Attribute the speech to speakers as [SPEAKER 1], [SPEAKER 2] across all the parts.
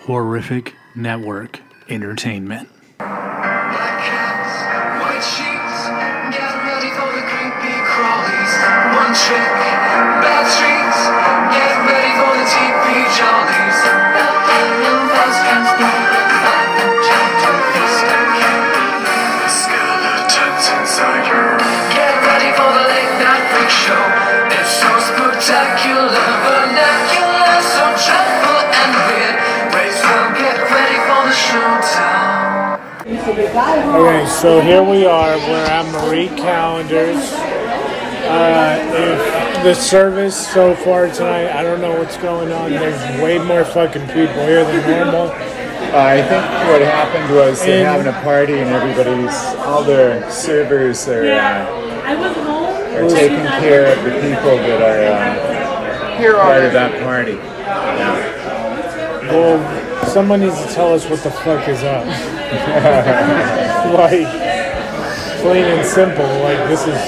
[SPEAKER 1] Horrific Network Entertainment.
[SPEAKER 2] Black cats, white sheets, get ready for the creepy crawlies. One trick, bad streets, get ready for the teepee jollies. Skeletons inside your Get ready for the late night freak show. It's so spectacular, vernacular, so dreadful and weird. Wait, so get ready for the showdown.
[SPEAKER 3] Okay, so here we are. We're at Marie Callender's. Uh, if the service so far tonight, I don't know what's going on. There's way more fucking people here than normal.
[SPEAKER 4] I think what happened was they're
[SPEAKER 3] And-
[SPEAKER 4] having a party and everybody's, all their servers are, uh,
[SPEAKER 5] I was home.
[SPEAKER 4] are taking care of the people that are uh, part of that party.
[SPEAKER 3] Well, someone needs to tell us what the fuck is up. like, plain and simple. Like, this is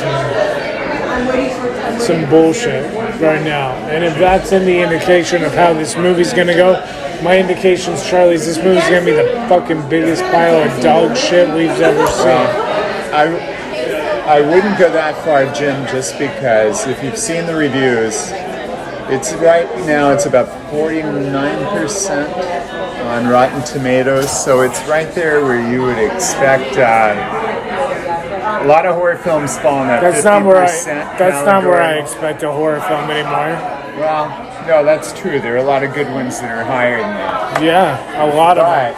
[SPEAKER 3] some, some bullshit right now. And if that's any indication of how this movie's gonna go, my indications, Charlie's, this movie's gonna be the fucking biggest pile of dog shit we've ever seen.
[SPEAKER 4] I, I wouldn't go that far, Jim, just because if you've seen the reviews, it's right now it's about 49% on Rotten Tomatoes, so it's right there where you would expect. Uh, a lot of horror films fall in that.
[SPEAKER 3] That's not where I.
[SPEAKER 4] 50%
[SPEAKER 3] That's not where I
[SPEAKER 4] category.
[SPEAKER 3] expect a horror film anymore.
[SPEAKER 4] Well, no, that's true. There are a lot of good ones that are higher than that.
[SPEAKER 3] Yeah, a lot of.
[SPEAKER 4] But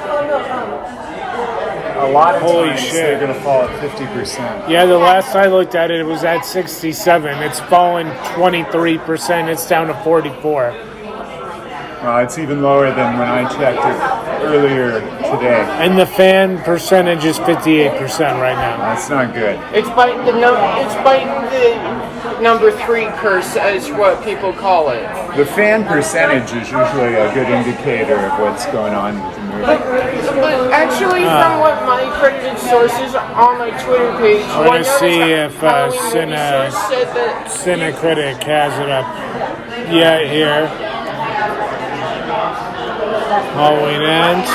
[SPEAKER 4] a lot of
[SPEAKER 3] Holy
[SPEAKER 4] times
[SPEAKER 3] shit.
[SPEAKER 4] they're going to fall at fifty percent.
[SPEAKER 3] Yeah, the last I looked at it, it was at 67. It's fallen 23%. It's down to 44.
[SPEAKER 4] Well, it's even lower than when I checked it earlier today.
[SPEAKER 3] And the fan percentage is 58% right now.
[SPEAKER 4] That's not good.
[SPEAKER 6] It's biting the num- it's biting the number three curse is what people call it.
[SPEAKER 4] The fan percentage is usually a good indicator of what's going on with the
[SPEAKER 6] But,
[SPEAKER 4] movie.
[SPEAKER 6] but actually,
[SPEAKER 3] Ah.
[SPEAKER 6] from what my credited sources on my Twitter page,
[SPEAKER 3] I'm
[SPEAKER 6] one
[SPEAKER 3] gonna see
[SPEAKER 6] noticed
[SPEAKER 3] if, uh,
[SPEAKER 6] Halloween
[SPEAKER 3] Cine-
[SPEAKER 6] research said that
[SPEAKER 3] Cinecritic has it up. Yeah, here. Halloween ends.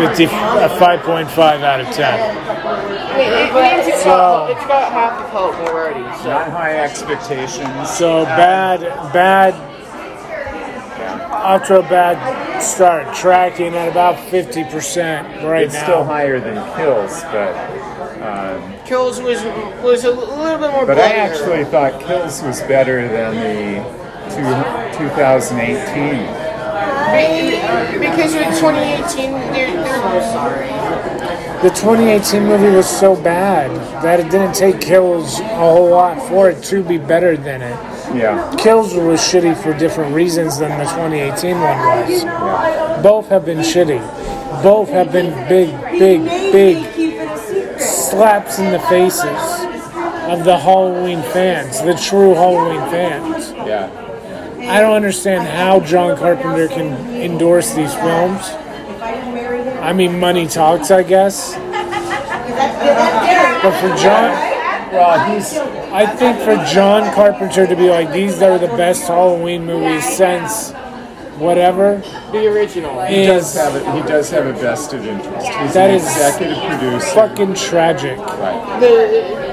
[SPEAKER 3] Fifty uh, five point five out of ten.
[SPEAKER 6] it means it's
[SPEAKER 3] So-
[SPEAKER 6] got, it's got half the pulp already. So
[SPEAKER 4] Not high expectations.
[SPEAKER 3] So bad, bad, ultra bad start. Tracking at about 50% right
[SPEAKER 4] It's
[SPEAKER 3] now.
[SPEAKER 4] still higher than Kills, but
[SPEAKER 6] Kills was was a little bit more.
[SPEAKER 4] but I
[SPEAKER 6] bloodier.
[SPEAKER 4] actually thought Kills was better than the two, 2018.
[SPEAKER 6] Be- because in 2018, they're, they're sorry.
[SPEAKER 3] The 2018 movie was so bad that it didn't take Kills a whole lot for it to be better than it.
[SPEAKER 4] Yeah.
[SPEAKER 3] Kills was shitty for different reasons than the 2018 one was. Both have been shitty. Both have been big, big, big slaps in the faces of the Halloween fans, the true Halloween fans.
[SPEAKER 4] Yeah.
[SPEAKER 3] I don't understand how John Carpenter can endorse these films. I mean, money talks, I guess. But for John,
[SPEAKER 4] Well, he's
[SPEAKER 3] I think for John Carpenter to be like, these are the best Halloween movies since whatever
[SPEAKER 6] The original.
[SPEAKER 4] he does
[SPEAKER 3] is
[SPEAKER 4] have a, he does have a vested interest. He's
[SPEAKER 3] That
[SPEAKER 4] an
[SPEAKER 3] is
[SPEAKER 4] executive producer.
[SPEAKER 3] fucking tragic.
[SPEAKER 4] Right.
[SPEAKER 6] The,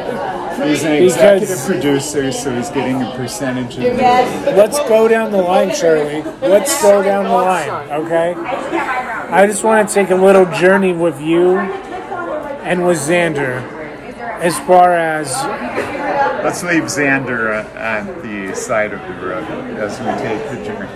[SPEAKER 4] He's an
[SPEAKER 3] Because-
[SPEAKER 4] executive producer, so he's getting a percentage of the
[SPEAKER 3] Let's go down the line, Shirley. Let's go down the line, okay? I just want to take a little journey with you and with Xander as far as
[SPEAKER 4] Let's leave Xander uh, at the side of the road as we take the journey.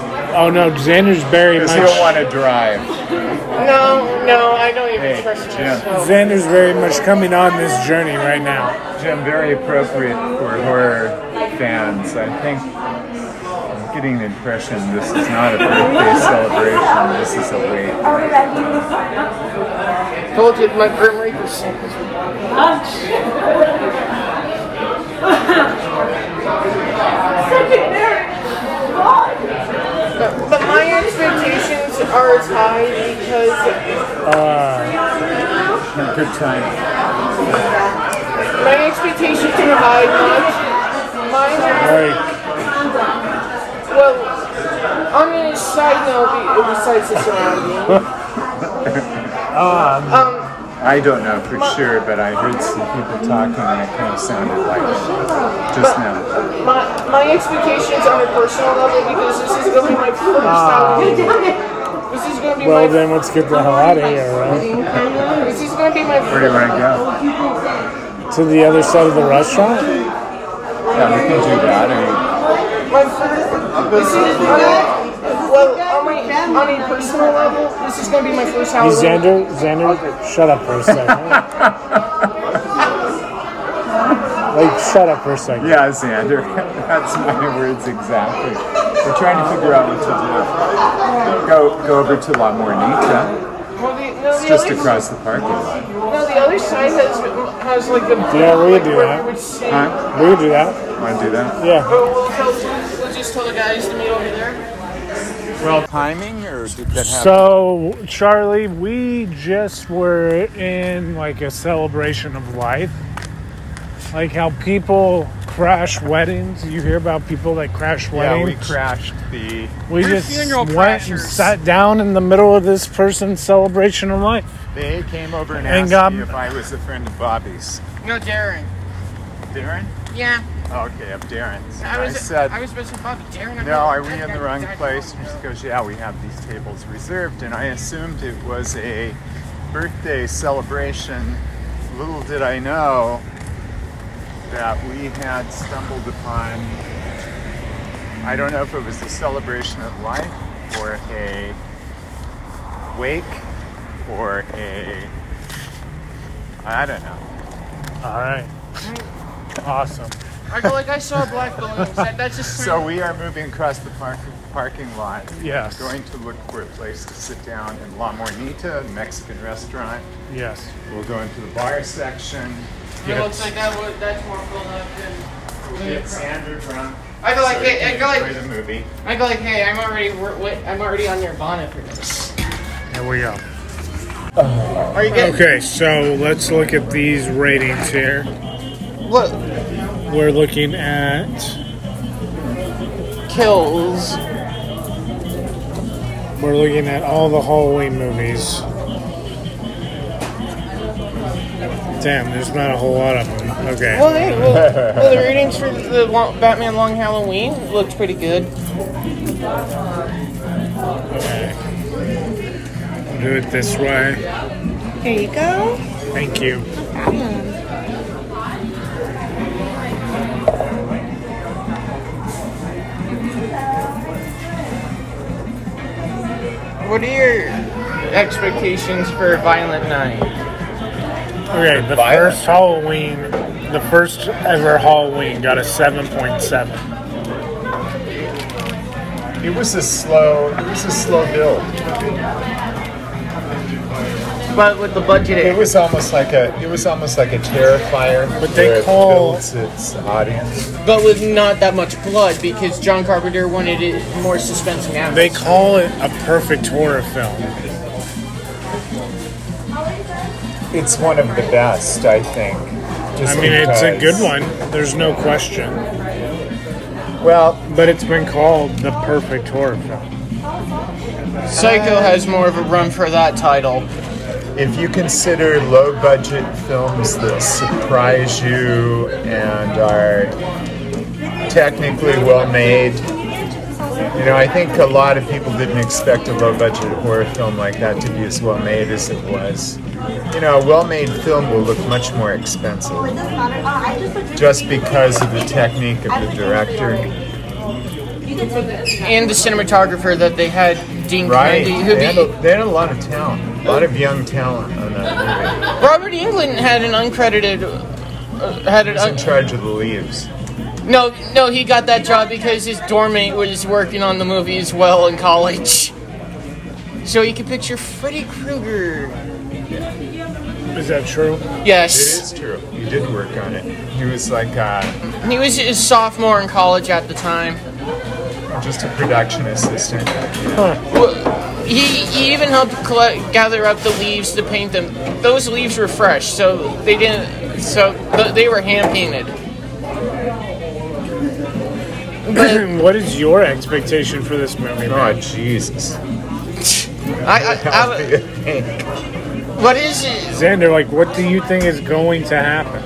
[SPEAKER 3] Oh no, Xander's very
[SPEAKER 4] Because he'll
[SPEAKER 3] much.
[SPEAKER 4] want to drive.
[SPEAKER 6] no, no, I don't even
[SPEAKER 4] Hey,
[SPEAKER 6] trust
[SPEAKER 4] Jim.
[SPEAKER 6] myself.
[SPEAKER 3] Xander's very much coming on this journey right now.
[SPEAKER 4] Jim, very appropriate for horror fans. I think I'm getting the impression this is not a birthday celebration. This is a wait.
[SPEAKER 6] Told you my Grim Reaper's But, but my expectations are as high because
[SPEAKER 4] Good time.
[SPEAKER 6] my expectations are high. Much. Mine are
[SPEAKER 3] Like,
[SPEAKER 6] Well, on a side note, be- besides the surrounding,
[SPEAKER 4] I don't know for sure, but I heard some people talking and it kind of sounded like it just now.
[SPEAKER 6] my, my expectations on a personal level because this is going to be my first time. This is going to be
[SPEAKER 3] Ah. Well,
[SPEAKER 6] my
[SPEAKER 3] then let's get the hell out of here, right?
[SPEAKER 6] This is going to be my
[SPEAKER 4] Where do you want to go?
[SPEAKER 3] To the other side of the restaurant?
[SPEAKER 4] Yeah, we can do that. I
[SPEAKER 6] My first, this is, on a, well, on, my, on a personal level, this is going to be my first
[SPEAKER 3] Hey,
[SPEAKER 6] Halloween.
[SPEAKER 3] Xander, Xander, shut up for a second. like, shut up for a second.
[SPEAKER 4] mean, yeah, Xander. That's my words exactly. We're trying to figure out what to do. Go go over to La Mornita.
[SPEAKER 6] Well, the, no,
[SPEAKER 4] It's
[SPEAKER 6] the
[SPEAKER 4] just
[SPEAKER 6] other,
[SPEAKER 4] across the parking lot.
[SPEAKER 6] No, the other side has, has like the.
[SPEAKER 3] Yeah, we
[SPEAKER 6] like
[SPEAKER 3] do
[SPEAKER 6] where
[SPEAKER 3] that.
[SPEAKER 6] you would see-
[SPEAKER 4] Huh?
[SPEAKER 3] We can do that.
[SPEAKER 4] Want to do that?
[SPEAKER 3] Yeah.
[SPEAKER 6] But we'll, tell, we'll just tell the guys to meet over there.
[SPEAKER 4] Well, timing or did that happen?
[SPEAKER 3] So, Charlie, we just were in like a celebration of life. Like how people crash weddings. You hear about people that crash
[SPEAKER 4] yeah,
[SPEAKER 3] weddings.
[SPEAKER 4] we crashed the.
[SPEAKER 3] We
[SPEAKER 5] We're
[SPEAKER 3] just
[SPEAKER 5] funeral
[SPEAKER 3] went and
[SPEAKER 5] crashers.
[SPEAKER 3] sat down in the middle of this person's celebration of life.
[SPEAKER 4] They came over and
[SPEAKER 3] And
[SPEAKER 4] asked
[SPEAKER 3] got-
[SPEAKER 4] me if I was a friend of Bobby's.
[SPEAKER 6] No daring.
[SPEAKER 4] Darren?
[SPEAKER 6] Yeah,
[SPEAKER 4] Okay, of Darren's. And
[SPEAKER 6] I was. I,
[SPEAKER 4] said,
[SPEAKER 6] was supposed to Bobby Daring.
[SPEAKER 4] No, are we in the wrong place? And she goes, Yeah, we have these tables reserved. And I assumed it was a birthday celebration. Little did I know that we had stumbled upon, I don't know if it was a celebration of life or a wake or a, I don't know.
[SPEAKER 3] All right. Awesome.
[SPEAKER 6] I go like I saw a black building. That, that's just
[SPEAKER 4] So we are moving across the park, parking lot.
[SPEAKER 3] Yes.
[SPEAKER 4] Going to look for a place to sit down in La Mornita, a Mexican restaurant.
[SPEAKER 3] Yes.
[SPEAKER 4] We'll go into the bar section.
[SPEAKER 6] It looks like that would, that's more filled up than.
[SPEAKER 4] We'll get Sandra drunk.
[SPEAKER 6] I go like,
[SPEAKER 4] so we
[SPEAKER 6] hey, I
[SPEAKER 4] can
[SPEAKER 6] go
[SPEAKER 4] enjoy
[SPEAKER 6] like,
[SPEAKER 4] the movie.
[SPEAKER 6] I go like, hey, I'm already, wor- wait, I'm already on Nirvana for this.
[SPEAKER 3] Here we go.
[SPEAKER 6] Are you getting?
[SPEAKER 3] Okay, so let's look at these ratings here.
[SPEAKER 6] Look,
[SPEAKER 3] We're looking at
[SPEAKER 6] kills.
[SPEAKER 3] we're looking at all the Halloween movies. Damn, there's not a whole lot of them. Okay.
[SPEAKER 6] Well, hey, well, well, the ratings for the long, Batman Long Halloween looks pretty good.
[SPEAKER 3] I'll do it this way.
[SPEAKER 6] Here you go.
[SPEAKER 3] Thank you.
[SPEAKER 6] What are your expectations for Violent Night?
[SPEAKER 3] Okay, the
[SPEAKER 4] Violent.
[SPEAKER 3] first Halloween, the first ever Halloween got a 7.7.
[SPEAKER 4] It was a slow, it was a slow build.
[SPEAKER 6] But with the budget,
[SPEAKER 4] It
[SPEAKER 6] it-
[SPEAKER 4] was almost like a, it was almost like a terrifier.
[SPEAKER 3] But they
[SPEAKER 4] where it
[SPEAKER 3] call-
[SPEAKER 4] builds its audience.
[SPEAKER 6] but with not that much blood because John Carpenter wanted it more suspense and action.
[SPEAKER 3] They call it a perfect horror film.
[SPEAKER 4] It's one of the best, I think.
[SPEAKER 3] I
[SPEAKER 4] just
[SPEAKER 3] mean, it's a
[SPEAKER 4] because-
[SPEAKER 3] good one. There's no question.
[SPEAKER 4] Well,
[SPEAKER 3] But it's been called the perfect horror film.
[SPEAKER 6] Psycho has more of a run for that title.
[SPEAKER 4] If you consider low budget films that surprise you and are technically well made, you know, I think a lot of people didn't expect a low budget horror film like that to be as well made as it was. You know, a well made film will look much more expensive just because of the technique of the director.
[SPEAKER 6] And the cinematographer that they had, Dean
[SPEAKER 4] Right?
[SPEAKER 6] Kennedy, who
[SPEAKER 4] They had, a,
[SPEAKER 6] be,
[SPEAKER 4] they had a lot of talent, a lot of young talent on that movie.
[SPEAKER 6] Robert Englund had an uncredited. Uh, had an
[SPEAKER 4] He was in
[SPEAKER 6] un-
[SPEAKER 4] charge of the leaves.
[SPEAKER 6] no, no, he got that job because his dormmate was working on the movie as well in college. So you can picture Freddy Krueger.
[SPEAKER 3] Is that true?
[SPEAKER 4] It
[SPEAKER 6] Yes.
[SPEAKER 4] is true. He did work on it. He was like uh,
[SPEAKER 6] He was a sophomore in college at the time.
[SPEAKER 4] just a production assistant.
[SPEAKER 6] He, he even helped collect, gather up the leaves to paint them. Those leaves were fresh, so they didn't. So th- they were hand painted. but
[SPEAKER 3] what is your expectation for this movie?
[SPEAKER 4] Oh Jesus!
[SPEAKER 6] I, I, I, what is it?
[SPEAKER 3] Xander, like, what do you think is going to happen?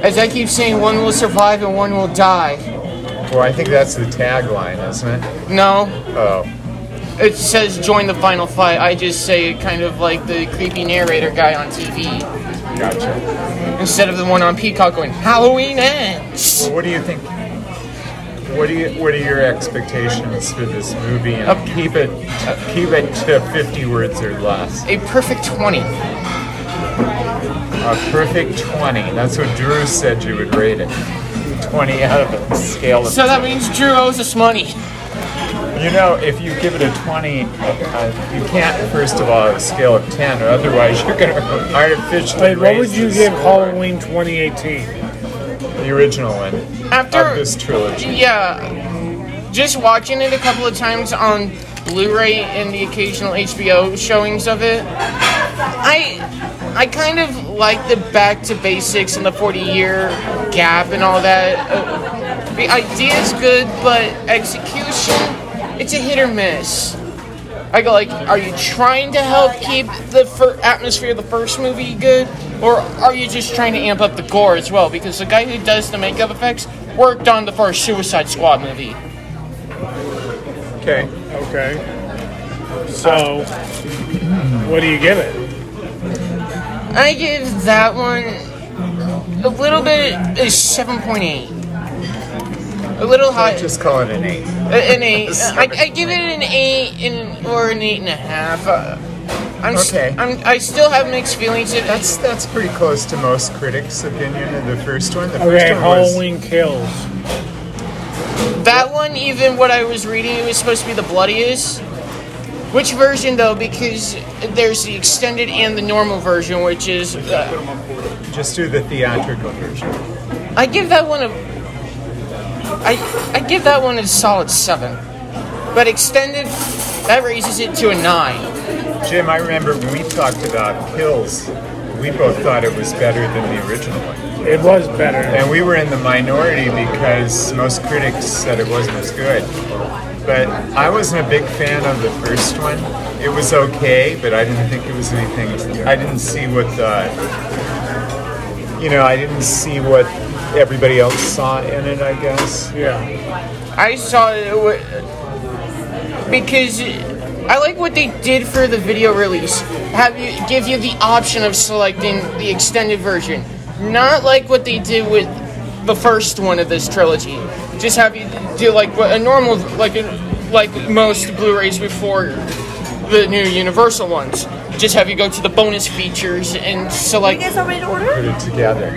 [SPEAKER 6] As I keep saying, one will survive and one will die.
[SPEAKER 4] Well, I think that's the tagline, isn't it?
[SPEAKER 6] No,
[SPEAKER 4] Oh,
[SPEAKER 6] it says join the final fight. I just say it kind of like the creepy narrator guy on TV
[SPEAKER 4] gotcha.
[SPEAKER 6] instead of the one on Peacock going Halloween ends.
[SPEAKER 4] What do you think? What do you? What are your expectations for this movie? And
[SPEAKER 6] Up-
[SPEAKER 4] keep it, keep it to fifty words or less.
[SPEAKER 6] A perfect twenty.
[SPEAKER 4] A perfect twenty. That's what Drew said you would rate it. Twenty out of a scale of.
[SPEAKER 6] So that means Drew owes us money.
[SPEAKER 4] You know, if you give it a 20, uh, uh, you can't, first of all, have a scale of 10, or otherwise you're going to artificially
[SPEAKER 3] Like, what
[SPEAKER 4] raise
[SPEAKER 3] would you
[SPEAKER 4] the
[SPEAKER 3] give
[SPEAKER 4] score.
[SPEAKER 3] Halloween 2018?
[SPEAKER 4] The original one.
[SPEAKER 6] After-
[SPEAKER 4] Of this trilogy.
[SPEAKER 6] Yeah, just watching it a couple of times on Blu-ray and the occasional HBO showings of it. I I kind of like the back to basics and the 40-year gap and all that. Uh, The idea is good, but execution, it's a hit or miss. I go like, are you trying to help keep the fir- atmosphere of the first movie good, or are you just trying to amp up the gore as well? Because the guy who does the makeup effects worked on the first Suicide Squad movie.
[SPEAKER 4] Okay.
[SPEAKER 3] Okay. So, what do you give it?
[SPEAKER 6] I give that one a little bit a seven point eight, a little high.
[SPEAKER 4] I just call it an 8.
[SPEAKER 6] A- an eight. I, I give it an eight and or an eight and a half. Uh, I'm s-
[SPEAKER 4] Okay.
[SPEAKER 6] I'm, I still have mixed feelings. It-
[SPEAKER 4] That's that's pretty close to most critics' opinion of the first one. The
[SPEAKER 3] Okay,
[SPEAKER 4] first one was,
[SPEAKER 3] Halloween Kills.
[SPEAKER 6] That one, even what I was reading, it was supposed to be the bloodiest. Which version, though? Because there's the extended and the normal version, which is. Uh,
[SPEAKER 4] Just do the theatrical version.
[SPEAKER 6] I give that one a. I, I give that one a solid 7. But extended, that raises it to a 9.
[SPEAKER 4] Jim, I remember when we talked about Kills, we both thought it was better than the original one.
[SPEAKER 3] It was better.
[SPEAKER 4] And we were in the minority because most critics said it wasn't as good. But I wasn't a big fan of the first one. It was okay, but I didn't think it was anything. I didn't see what the, you know, I didn't see what everybody else saw in it. I guess.
[SPEAKER 3] Yeah.
[SPEAKER 6] I saw it. wa- Because I like what they did for the video release. Have you give you the option of selecting the extended version, not like what they did with the first one of this trilogy. Just have you do like what a normal like a, like most Blu-rays before the new Universal ones. Just have you go to the bonus features and
[SPEAKER 5] You
[SPEAKER 6] select.
[SPEAKER 5] guys all ready to order?
[SPEAKER 4] Put it together.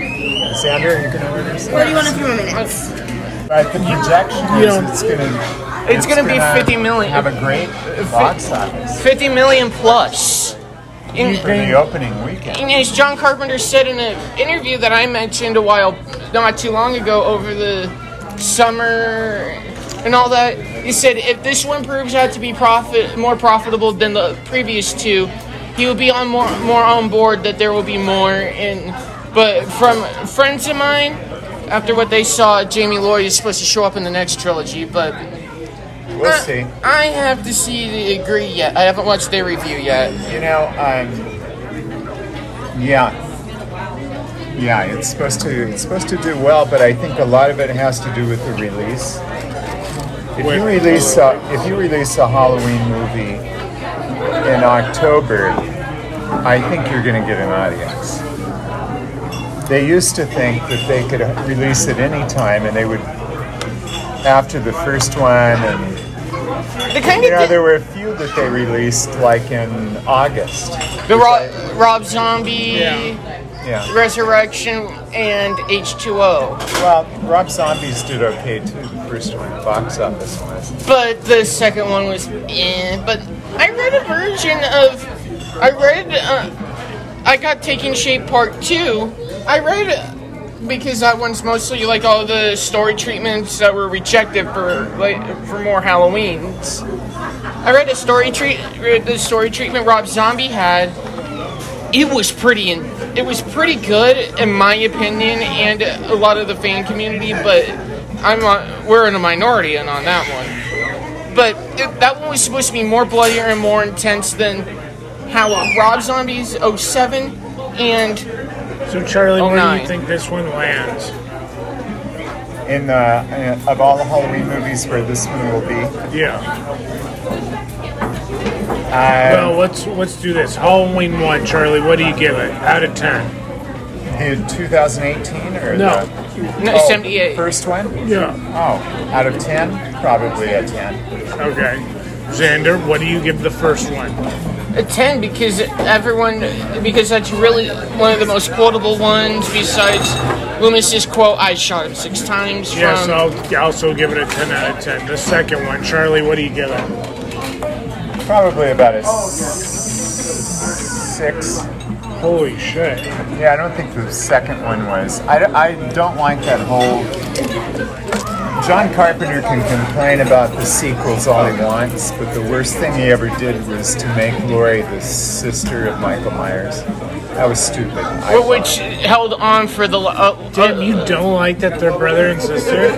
[SPEAKER 4] Sandra, you're gonna order
[SPEAKER 5] Where do you want a
[SPEAKER 4] some.
[SPEAKER 5] few more minutes?
[SPEAKER 4] But the projection
[SPEAKER 3] You
[SPEAKER 4] is
[SPEAKER 3] know-
[SPEAKER 4] it's gonna.
[SPEAKER 6] It's gonna be 50 million.
[SPEAKER 4] Have a great box office
[SPEAKER 6] 50 million plus. In,
[SPEAKER 4] for the opening weekend.
[SPEAKER 6] And as John Carpenter said in an interview that I mentioned a while, not too long ago, over the summer and all that, he said if this one proves out to be profit more profitable than the previous two, he will be on more more on board that there will be more. And but from friends of mine, after what they saw, Jamie Lloyd is supposed to show up in the next trilogy, but. Uh,
[SPEAKER 4] We'll see.
[SPEAKER 6] I have to see the agree yet. I haven't watched their review yet.
[SPEAKER 4] You know, um, yeah, yeah. It's supposed to it's supposed to do well, but I think a lot of it has to do with the release. If you release a, if you release a Halloween movie in October, I think you're going to get an audience. They used to think that they could release it any time, and they would after the first one and
[SPEAKER 6] They kind
[SPEAKER 4] you
[SPEAKER 6] of
[SPEAKER 4] know, there were a few that they released like in August.
[SPEAKER 6] The Rob, Rob Zombie,
[SPEAKER 3] Yeah.
[SPEAKER 4] Yeah.
[SPEAKER 6] Resurrection, and H2O.
[SPEAKER 4] Well, Rob Zombies did okay too. The first one, the box office was.
[SPEAKER 6] But the second one was eh. But I read a version of. I read. Uh, I got Taking Shape Part 2. I read. uh, Because that one's mostly like all the story treatments that were rejected for like for more Halloweens. I read a story treat read the story treatment Rob Zombie had it was pretty in, it was pretty good in my opinion and a lot of the fan community but I'm on, we're in a minority and on that one. But it, that one was supposed to be more bloodier and more intense than how uh, Rob Zombie's 07 and
[SPEAKER 3] So, Charlie, where do
[SPEAKER 6] 09.
[SPEAKER 3] you think this one lands?
[SPEAKER 4] In the uh, of all the Halloween movies, where this one will be.
[SPEAKER 3] Yeah.
[SPEAKER 4] Uh,
[SPEAKER 3] Well, let's let's do this. Halloween one, Charlie. What do you give it out of ten?
[SPEAKER 4] in 2018 or
[SPEAKER 3] No.
[SPEAKER 4] the
[SPEAKER 6] no,
[SPEAKER 4] oh,
[SPEAKER 6] 78.
[SPEAKER 4] first one?
[SPEAKER 3] Yeah.
[SPEAKER 4] Oh, out of 10, probably a 10.
[SPEAKER 3] Okay. Xander, what do you give the first one?
[SPEAKER 6] a 10 because everyone because that's really one of the most quotable ones besides Loomis's quote I shot him six times
[SPEAKER 3] Yes,
[SPEAKER 6] from
[SPEAKER 3] I'll also give it a ten out of ten. The second one, Charlie. What do you give it?
[SPEAKER 4] Probably about a s- six.
[SPEAKER 3] Holy shit.
[SPEAKER 4] Yeah, I don't think the second one was. I, don't- I don't like that whole. John Carpenter can complain about the sequels all he wants, but the worst thing he ever did was to make Lori the sister of Michael Myers. That was stupid. I
[SPEAKER 6] wh- which held on for the lo- uh,
[SPEAKER 3] Damn, you don't like that they're brother and sister?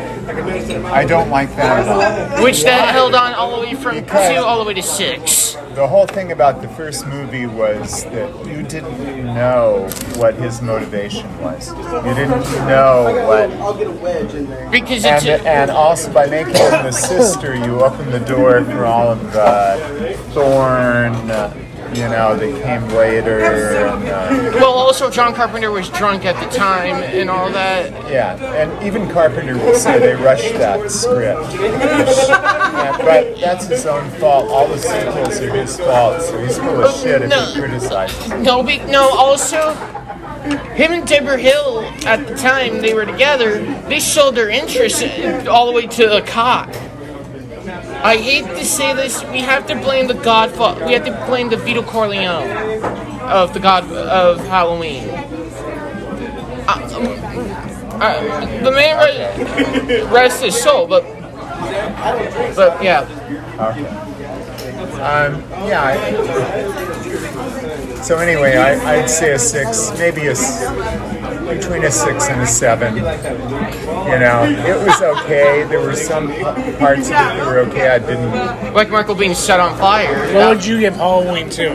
[SPEAKER 4] I don't like that at all.
[SPEAKER 6] which that held on all the way from
[SPEAKER 4] Because-
[SPEAKER 6] two all the way to six
[SPEAKER 4] The whole thing about the first movie was that you didn't know what his motivation was. You didn't know what
[SPEAKER 5] I'll get a wedge in there.
[SPEAKER 6] because it's
[SPEAKER 4] And,
[SPEAKER 6] a,
[SPEAKER 4] and also by making him the sister, you open the door for all of the thorn, uh, you know, that came later. And, uh,
[SPEAKER 6] well also John Carpenter was drunk at the time and all that
[SPEAKER 4] yeah, and even Carpenter will say they rushed that script. Yeah, but that's his own fault. All the sequels are his fault, so he's full of shit if he criticizes. it.
[SPEAKER 6] no be, no also him and Deborah Hill at the time they were together they sold their interest in- all the way to the cock I hate to say this. We have to blame the Godfather. We have to blame the Vito Corleone of the God of Halloween. Uh, uh, the man re- rest his soul, but but yeah,
[SPEAKER 4] Um, yeah. I, so anyway, I, I'd say a six, maybe a s- between a six and a seven. You know, it was okay. There were some parts of it that were okay. I didn't.
[SPEAKER 6] like Michael being set on fire.
[SPEAKER 3] What would you give Halloween two?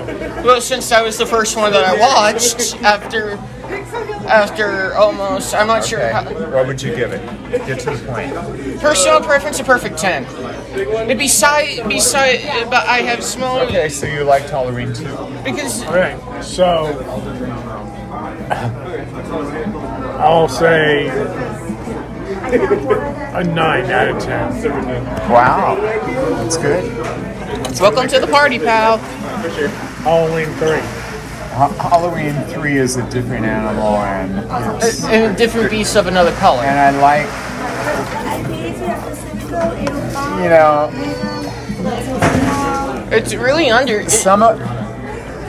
[SPEAKER 6] Well, since that was the first one that I watched after after almost, I'm not sure.
[SPEAKER 4] Okay.
[SPEAKER 6] How,
[SPEAKER 4] What would you give it? Get to the point.
[SPEAKER 6] personal preference, a perfect ten. And beside beside, but I have smaller
[SPEAKER 4] Okay, so you liked Halloween too?
[SPEAKER 6] because
[SPEAKER 3] All right. So I'll say a nine out of ten.
[SPEAKER 4] Wow, that's good.
[SPEAKER 6] Welcome to the party, pal.
[SPEAKER 3] Halloween three.
[SPEAKER 4] Ha- Halloween three is a different animal, and it's,
[SPEAKER 6] And a different beast of another color.
[SPEAKER 4] and I like you know
[SPEAKER 6] It's really under. it-
[SPEAKER 4] some of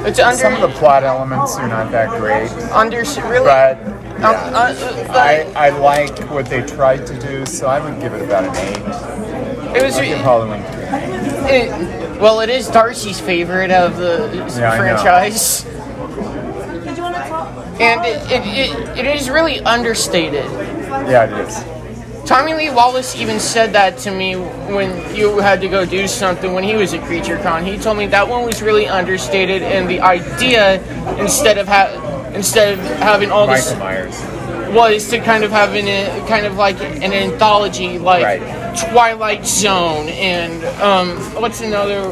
[SPEAKER 6] It's under.
[SPEAKER 4] some of the plot elements are not that great.
[SPEAKER 6] under. Really.
[SPEAKER 4] but
[SPEAKER 6] Um,
[SPEAKER 4] Oh,
[SPEAKER 6] uh,
[SPEAKER 4] I,
[SPEAKER 6] but
[SPEAKER 4] I like what they tried to do, so I would give it about an eight.
[SPEAKER 6] it was.
[SPEAKER 4] I'd give Halloween three.
[SPEAKER 6] It, well, it is Darcy's favorite of the
[SPEAKER 4] Yeah, I know.
[SPEAKER 6] franchise. And it, it, it, it is really understated.
[SPEAKER 4] Yeah, it is.
[SPEAKER 6] Tommy Lee Wallace even said that to me when you had to go do something when he was at Creature Con. He told me that one was really understated, and the idea instead of ha- instead of having all this
[SPEAKER 4] Michael Myers.
[SPEAKER 6] was to kind of have an a, kind of like an anthology like
[SPEAKER 4] Right.
[SPEAKER 6] Twilight Zone and um what's another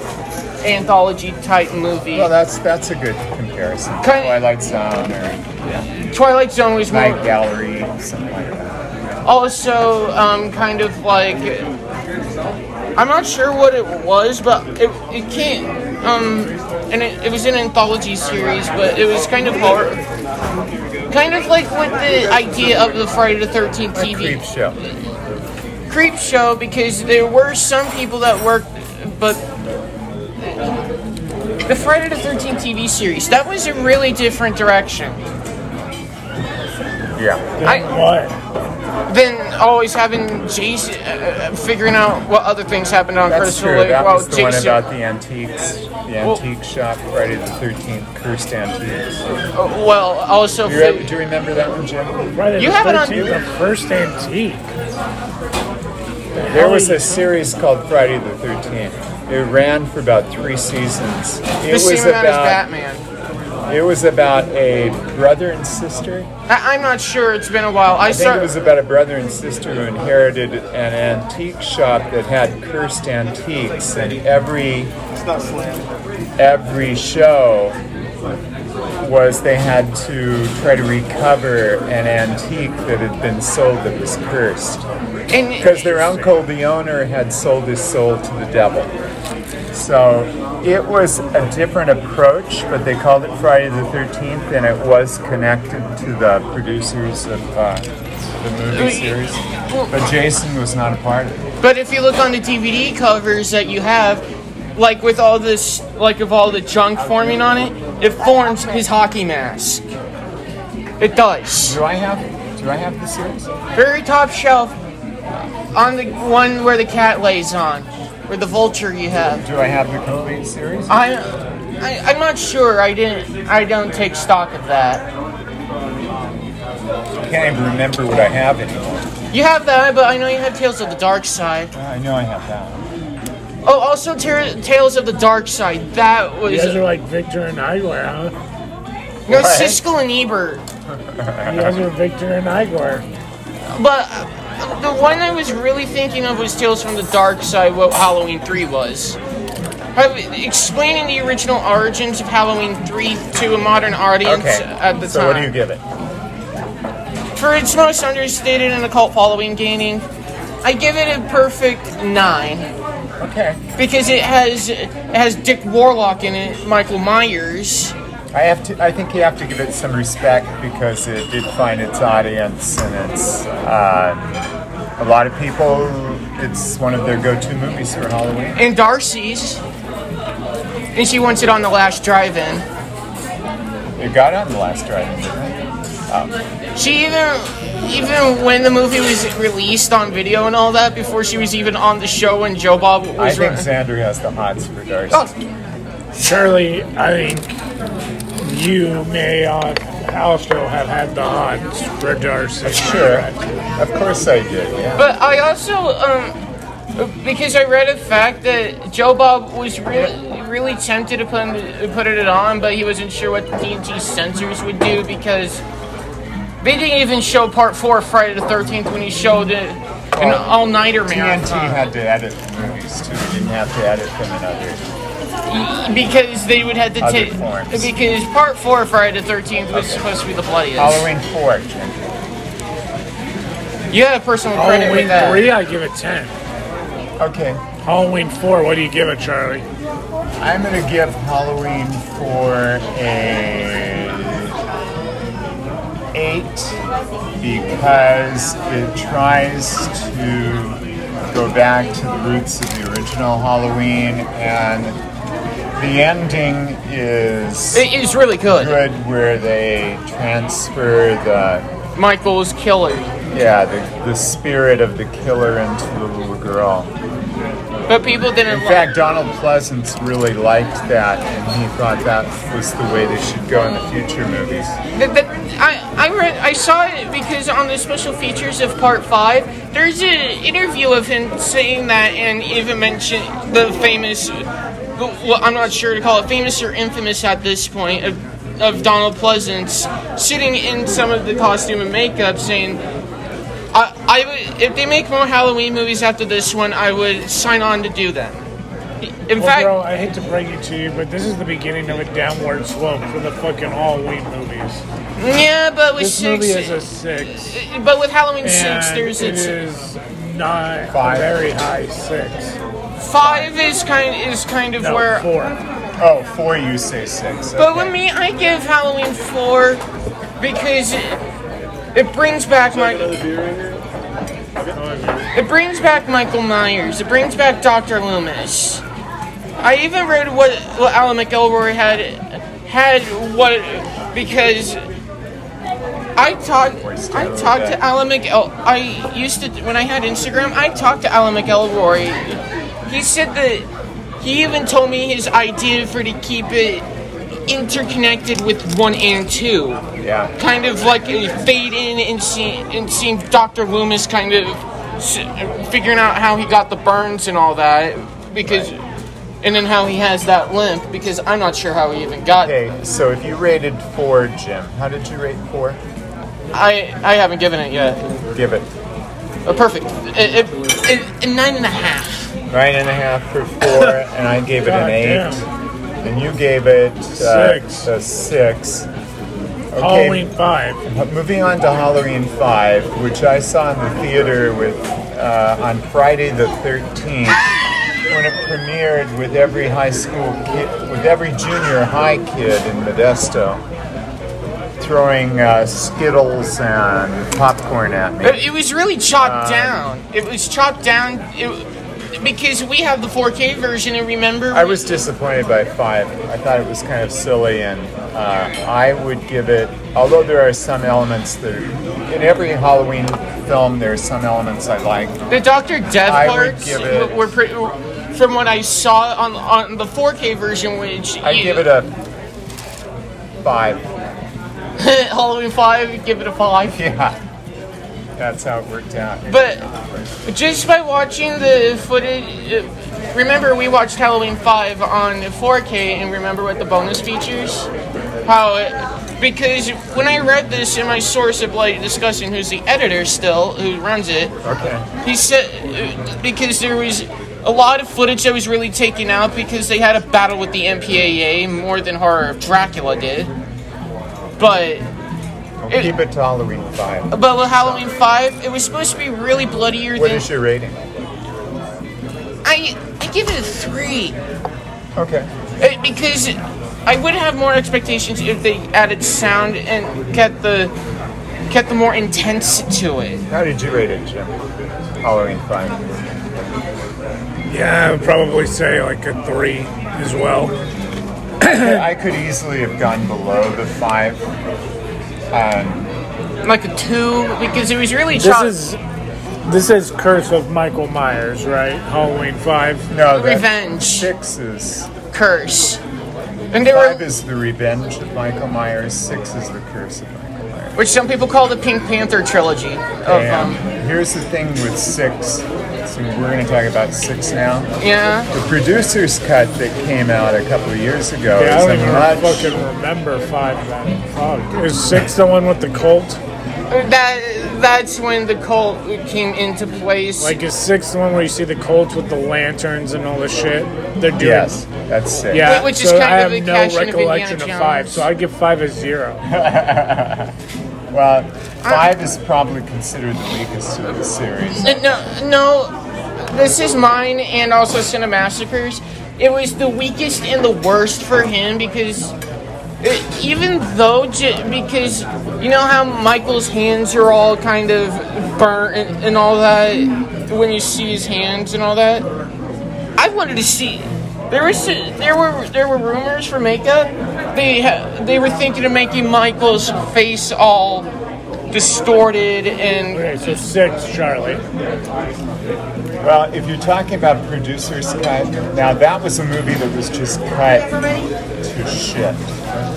[SPEAKER 6] anthology type movie
[SPEAKER 4] Well, that's that's a good comparison. Oh,
[SPEAKER 6] Kind-
[SPEAKER 4] Twilight Zone or
[SPEAKER 6] Twilight Zone was more
[SPEAKER 4] Night Gallery, something like that.
[SPEAKER 6] also um kind of like I'm not sure what it was but it it can't um and it, it was an anthology series but it was kind of horror kind of like with the idea of the Friday the 13th
[SPEAKER 4] A
[SPEAKER 6] TV
[SPEAKER 4] creep show.
[SPEAKER 6] creep show because there were some people that worked, but the Friday the 13th TV series that was a really different direction
[SPEAKER 4] Yeah.
[SPEAKER 6] I,
[SPEAKER 3] What?
[SPEAKER 6] than always having Jason uh, uh, figuring out what other things happened on
[SPEAKER 4] That's
[SPEAKER 6] Crystal
[SPEAKER 4] true.
[SPEAKER 6] Lake
[SPEAKER 4] That
[SPEAKER 6] while
[SPEAKER 4] was the one
[SPEAKER 6] Jason.
[SPEAKER 4] about the antiques, the
[SPEAKER 6] Well-
[SPEAKER 4] antique shop, Friday the 13th, cursed antiques.
[SPEAKER 6] uh, well, also
[SPEAKER 4] Do you, re-
[SPEAKER 6] fi-
[SPEAKER 4] do you remember that one, Jim?
[SPEAKER 3] Right,
[SPEAKER 6] You have it on-
[SPEAKER 3] the first antique.
[SPEAKER 4] There was a series called Friday the 13th. It ran for about three seasons. It
[SPEAKER 6] the
[SPEAKER 4] was
[SPEAKER 6] same amount as
[SPEAKER 4] about
[SPEAKER 6] Batman.
[SPEAKER 4] it was about a brother and sister.
[SPEAKER 6] I, I'm not sure. It's been a while. I,
[SPEAKER 4] I think it
[SPEAKER 6] started.
[SPEAKER 4] was about a brother and sister who inherited an antique shop that had cursed antiques, and every every show was they had to try to recover an antique that had been sold that was cursed because their uncle, the owner, had sold his soul to the devil. So it was a different approach, but they called it Friday the 13th, and it was connected to the producers of uh, the movie series. But Jason was not a part of it.
[SPEAKER 6] But if you look on the DVD covers that you have, like with all this, like of all the junk forming on it, it forms his hockey mask. It does.
[SPEAKER 4] Do I have? Do I have the series?
[SPEAKER 6] Very top shelf on the one where the cat lays on, where the vulture you have.
[SPEAKER 4] Do I have the complete series?
[SPEAKER 6] I, I I'm not sure. I didn't. I don't take stock of that.
[SPEAKER 4] I can't even remember what I have anymore.
[SPEAKER 6] You have that, but I know you have Tales of the Dark Side.
[SPEAKER 4] I know I have that.
[SPEAKER 6] Oh, also Ter- Tales of the Dark Side. That was
[SPEAKER 3] You guys are like Victor and Igor, huh?
[SPEAKER 6] no
[SPEAKER 4] What?
[SPEAKER 6] Siskel and Ebert.
[SPEAKER 3] You guys are Victor and Igor.
[SPEAKER 6] But uh, the one I was really thinking of was Tales from the Dark Side, what Halloween 3 was. Uh, Explaining the original origins of Halloween 3 to a modern audience
[SPEAKER 4] Okay.
[SPEAKER 6] at the
[SPEAKER 4] so
[SPEAKER 6] time.
[SPEAKER 4] what do you give it?
[SPEAKER 6] For its most understated and occult following gaining, I give it a perfect 9.
[SPEAKER 4] Okay.
[SPEAKER 6] Because it has it has Dick Warlock in it, Michael Myers.
[SPEAKER 4] I have to. I think you have to give it some respect because it did find its audience, and it's uh, a lot of people. It's one of their go-to movies for Halloween.
[SPEAKER 6] and Darcy's. And she wants it on the last drive-in.
[SPEAKER 4] It got on the last drive, didn't
[SPEAKER 6] She even, even when the movie was released on video and all that, before she was even on the show and Joe Bob was.
[SPEAKER 4] it? I think
[SPEAKER 6] run-
[SPEAKER 4] Xander has the hots for Darcy.
[SPEAKER 6] Oh,
[SPEAKER 3] Charlie, I think you may uh, also have had the hots for Darcy.
[SPEAKER 4] Sure, of course I did. Yeah.
[SPEAKER 6] but I also, um, because I read a fact that Joe Bob was really, really tempted to put, put it on, but he wasn't sure what the TNT censors would do because they didn't even show part four of Friday the 13th when he showed it. An
[SPEAKER 4] Well,
[SPEAKER 6] all-nighter marathon.
[SPEAKER 4] TNT had to edit the movies too. They didn't have to edit them in other.
[SPEAKER 6] Because they would have to
[SPEAKER 4] Other
[SPEAKER 6] take.
[SPEAKER 4] forms.
[SPEAKER 6] Because part four of Friday the 13th was supposed to be the bloodiest.
[SPEAKER 4] Halloween four. Jim.
[SPEAKER 6] You have personal credit
[SPEAKER 3] Halloween
[SPEAKER 6] with that.
[SPEAKER 3] 3, I give it 10.
[SPEAKER 4] Okay,
[SPEAKER 3] Halloween 4, what do you give it, Charlie?
[SPEAKER 4] I'm gonna give Halloween four a eight because it tries to go back to the roots of the original Halloween and the ending is
[SPEAKER 6] It is really good.
[SPEAKER 4] good where they transfer the
[SPEAKER 6] Michael's killer.
[SPEAKER 4] yeah the, the spirit of the killer into the little girl
[SPEAKER 6] But people didn't
[SPEAKER 4] in
[SPEAKER 6] like-
[SPEAKER 4] fact donald pleasance really liked that and he thought that was the way they should go in the future movies
[SPEAKER 6] Th- th- I, I, read, I saw it because on the special features of part five, there's an interview of him saying that and even mention the famous, well, I'm not sure to call it famous or infamous at this point, of, of Donald Pleasance sitting in some of the costume and makeup saying, I, I would, if they make more Halloween movies after this one, I would sign on to do them. In
[SPEAKER 3] Well,
[SPEAKER 6] fact,
[SPEAKER 3] bro, I hate to break it to you, but this is the beginning of a downward slope for the fucking Halloween movies.
[SPEAKER 6] yeah, but with
[SPEAKER 3] This
[SPEAKER 6] six,
[SPEAKER 3] movie is a 6.
[SPEAKER 6] but with Halloween
[SPEAKER 3] And
[SPEAKER 6] six, there's
[SPEAKER 3] it
[SPEAKER 6] it's.
[SPEAKER 3] is not
[SPEAKER 4] Five.
[SPEAKER 3] a very high 6.
[SPEAKER 6] Five is kind is kind of
[SPEAKER 3] No,
[SPEAKER 6] where.
[SPEAKER 3] 4.
[SPEAKER 4] oh four you say six
[SPEAKER 6] But
[SPEAKER 4] okay.
[SPEAKER 6] with me, I give Halloween four because it, it brings back my. It brings back Michael Myers. It brings back Dr. Loomis. I even read what, what Alan McElroy had had what because I talked I talked to Alan McEl I used to when I had Instagram I talked to Alan McElroy. He said that he even told me his idea for to keep it interconnected with one and two,
[SPEAKER 4] yeah
[SPEAKER 6] kind of like a fade in and see and see Doctor Loomis kind of s- figuring out how he got the burns and all that because, and then how he has that limp because I'm not sure how he even got.
[SPEAKER 4] Okay, so if you rated four, Jim, how did you rate four?
[SPEAKER 6] I I haven't given it yet.
[SPEAKER 4] Give it
[SPEAKER 6] Uh, perfect. It, it, it, it- nine and a half.
[SPEAKER 4] nine and a half for four, and I gave it an
[SPEAKER 3] God
[SPEAKER 4] eight,
[SPEAKER 3] damn.
[SPEAKER 4] and you gave it uh,
[SPEAKER 3] Six.
[SPEAKER 4] a six. Okay,
[SPEAKER 3] Halloween five.
[SPEAKER 4] Moving on to Halloween 5, which I saw in the theater with uh, on Friday the 13th when it premiered with every high school kid, with every junior high kid in Modesto throwing uh, Skittles and popcorn at me.
[SPEAKER 6] It, it was really chopped
[SPEAKER 4] Uh,
[SPEAKER 6] down. It was chopped down. It, because we have the 4K version, and remember,
[SPEAKER 4] I was disappointed by 5. I thought it was kind of silly, and uh, I would give it, although there are some elements that are, in every Halloween film, there are some elements I like.
[SPEAKER 6] The Doctor Death
[SPEAKER 4] I would
[SPEAKER 6] parts
[SPEAKER 4] give it-
[SPEAKER 6] were pretty. From what I saw on on the 4K version, which
[SPEAKER 4] I
[SPEAKER 6] you-
[SPEAKER 4] give it a five.
[SPEAKER 6] Halloween Five, give it a five.
[SPEAKER 4] Yeah, that's how it worked out.
[SPEAKER 6] But just by watching the footage, uh, remember we watched Halloween Five on 4K, and remember what the bonus features, how it, because when I read this in my source of like discussing who's the editor still who runs it,
[SPEAKER 4] Okay.
[SPEAKER 6] He said uh, because there was a lot of footage that was really taken out because they had a battle with the MPAA more than Horror of Dracula did. But
[SPEAKER 4] Well,
[SPEAKER 6] It-
[SPEAKER 4] keep it to Halloween five.
[SPEAKER 6] but with Halloween Five, it was supposed to be really bloodier
[SPEAKER 4] What
[SPEAKER 6] than
[SPEAKER 4] is your rating?
[SPEAKER 6] I. I give it a three
[SPEAKER 4] Okay.
[SPEAKER 6] Uh, because I would have more expectations if they added sound and kept the kept the more intense to it.
[SPEAKER 4] How did you rate it, Jim? Halloween five.
[SPEAKER 3] Yeah, I'd probably say like a three as well.
[SPEAKER 4] I could easily have gone below the five. Um,
[SPEAKER 6] Like a two because it was really
[SPEAKER 3] This
[SPEAKER 6] chopped.
[SPEAKER 3] is this is Curse of Michael Myers, right? Halloween five.
[SPEAKER 4] no, that
[SPEAKER 6] Revenge.
[SPEAKER 4] Six is
[SPEAKER 6] curse. And there
[SPEAKER 4] five
[SPEAKER 6] were,
[SPEAKER 4] is the revenge of Michael Myers. Six is the curse of Michael Myers.
[SPEAKER 6] which some people call the Pink Panther trilogy of
[SPEAKER 4] And
[SPEAKER 6] um,
[SPEAKER 4] here's the thing with six. So we're going to talk about six now.
[SPEAKER 6] yeah.
[SPEAKER 4] The producer's cut that came out a couple of years ago
[SPEAKER 3] Yeah, I don't
[SPEAKER 4] is
[SPEAKER 3] even
[SPEAKER 4] a much.
[SPEAKER 3] fucking remember five then. Fuck. Is six the one with the cult?
[SPEAKER 6] That that's when the cult came into place.
[SPEAKER 3] Like is six the one where you see the cult with the lanterns and all the shit? They're doing
[SPEAKER 4] yes, that's sick.
[SPEAKER 3] Yeah,
[SPEAKER 6] Which is
[SPEAKER 3] so
[SPEAKER 6] kind
[SPEAKER 3] I
[SPEAKER 6] of
[SPEAKER 3] have
[SPEAKER 6] the
[SPEAKER 3] no
[SPEAKER 6] cash in of
[SPEAKER 3] recollection of
[SPEAKER 6] Indiana
[SPEAKER 3] five,
[SPEAKER 6] Jones.
[SPEAKER 3] so I give five a zero.
[SPEAKER 4] Well, five is probably considered the weakest of the series.
[SPEAKER 6] Uh, no, no, this is mine and also Cinemassacres. It was the weakest and the worst for him because it, even though j- because you know how Michael's hands are all kind of burnt and, and all that when you see his hands and all that. I wanted to see. There was there were there were rumors for makeup. They ha- they were thinking of making Michael's face all distorted and
[SPEAKER 3] Okay, so six, Charlie.
[SPEAKER 4] Well, if you're talking about producer's cut, now that was a movie that was just cut to shit.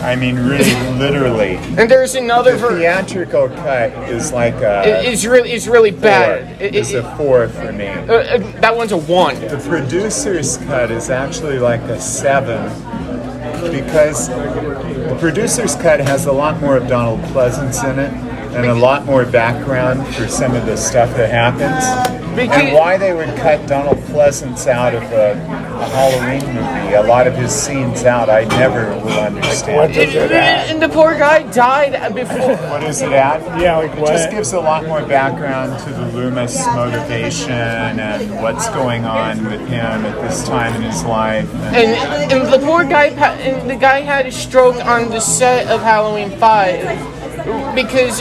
[SPEAKER 4] I mean, really, literally.
[SPEAKER 6] And there's another
[SPEAKER 4] The
[SPEAKER 6] version.
[SPEAKER 4] theatrical cut is like a
[SPEAKER 6] It's really, it's really
[SPEAKER 4] four.
[SPEAKER 6] bad. It- it-
[SPEAKER 4] It's a four for me.
[SPEAKER 6] uh, uh, that one's a one.
[SPEAKER 4] The producer's cut is actually like a seven because the producer's cut has a lot more of Donald Pleasance in it and a lot more background for some of the stuff that happens. And why they would cut Donald Pleasance out of a, a Halloween movie, a lot of his scenes out, I never will understand.
[SPEAKER 3] What
[SPEAKER 6] And, and the poor guy died before.
[SPEAKER 4] What is it at?
[SPEAKER 3] Yeah, like
[SPEAKER 4] It just
[SPEAKER 3] what?
[SPEAKER 4] gives a lot more background to the Loomis motivation and what's going on with him at this time in his life. and-
[SPEAKER 6] And, and the poor guy, pa- and the guy had a stroke on the set of Halloween Five because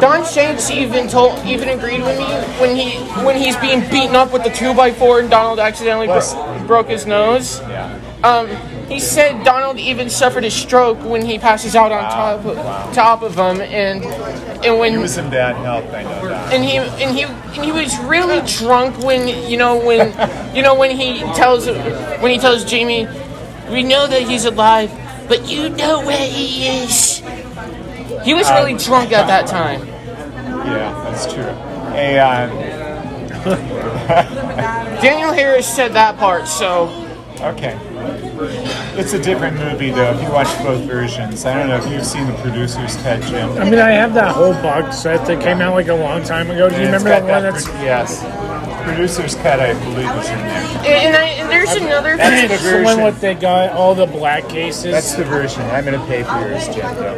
[SPEAKER 6] Don Shanks even told, even agreed with me when he when he's being beaten up with the two by four and Donald accidentally bro- broke his nose.
[SPEAKER 4] Yeah.
[SPEAKER 6] Um, he said Donald even suffered a stroke when he passes out on top of, top of him, and and when
[SPEAKER 4] He was in bad health, I know that.
[SPEAKER 6] and he and he and he was really drunk when you know when you know when he tells when he tells Jamie, we know that he's alive, but you know where he is.
[SPEAKER 4] Um,
[SPEAKER 6] He was really drunk at that time.
[SPEAKER 4] Yeah, that's true. A, uh,
[SPEAKER 6] Daniel Harris said that part, so
[SPEAKER 4] Okay. It's a different movie, though. If you watch both versions, I don't know if you've seen the producer's cut, Jim.
[SPEAKER 3] I mean, I have that whole box set that came out like a long time ago. Do you
[SPEAKER 4] And it's
[SPEAKER 3] remember
[SPEAKER 4] got
[SPEAKER 3] that one? That's
[SPEAKER 4] pro- yes. Producer's cut, I believe, is in there.
[SPEAKER 6] and, and I, and there's another
[SPEAKER 4] That's
[SPEAKER 3] it's
[SPEAKER 4] the
[SPEAKER 3] the one
[SPEAKER 4] version.
[SPEAKER 3] with they got all the black cases.
[SPEAKER 4] That's the version. I'm going to pay for yours, Jim. Though.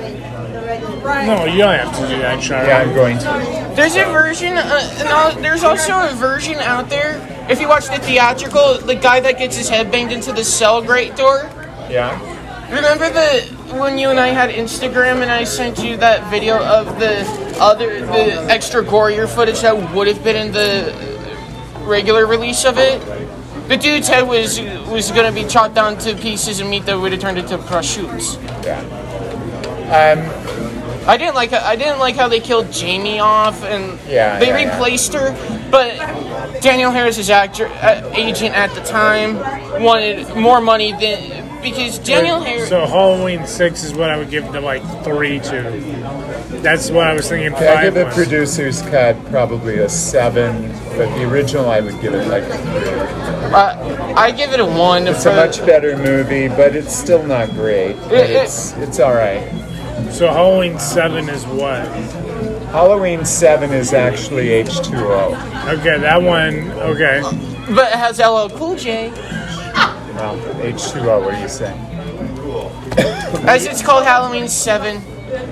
[SPEAKER 3] no, you don't have to do that, Sean.
[SPEAKER 4] Yeah, I'm going to.
[SPEAKER 6] There's a version, uh, and al- there's also a version out there. If you watch the theatrical, the guy that gets his head banged into the cell grate door.
[SPEAKER 4] Yeah.
[SPEAKER 6] Remember the when you and I had Instagram and I sent you that video of the other the extra gorier footage that would have been in the regular release of it. The dude's head was was gonna be chopped down to pieces and meat that would have turned into prosciutto.
[SPEAKER 4] Yeah. Um,
[SPEAKER 6] I didn't like I didn't like how they killed Jamie off and
[SPEAKER 4] Yeah,
[SPEAKER 6] they
[SPEAKER 4] yeah, yeah.
[SPEAKER 6] replaced her, but Daniel Harris's actor uh, agent at the time wanted more money than because Daniel Harris
[SPEAKER 3] So Halloween six is what I would give the like three to. That's what I was thinking.
[SPEAKER 4] I
[SPEAKER 3] Five
[SPEAKER 4] give the
[SPEAKER 3] was.
[SPEAKER 4] producer's cut probably a seven, but the original I would give it like a three.
[SPEAKER 6] uh, I give it a one
[SPEAKER 4] It's
[SPEAKER 6] for
[SPEAKER 4] a much better movie, but it's still not great. But
[SPEAKER 6] It- it-
[SPEAKER 4] it's it's all right.
[SPEAKER 3] so Halloween seven is what?
[SPEAKER 4] Halloween Seven is actually H two O.
[SPEAKER 3] Okay, that one. Okay,
[SPEAKER 6] but it has LL Cool J
[SPEAKER 4] Well, H two O. What are you saying?
[SPEAKER 6] as it's called Halloween Seven.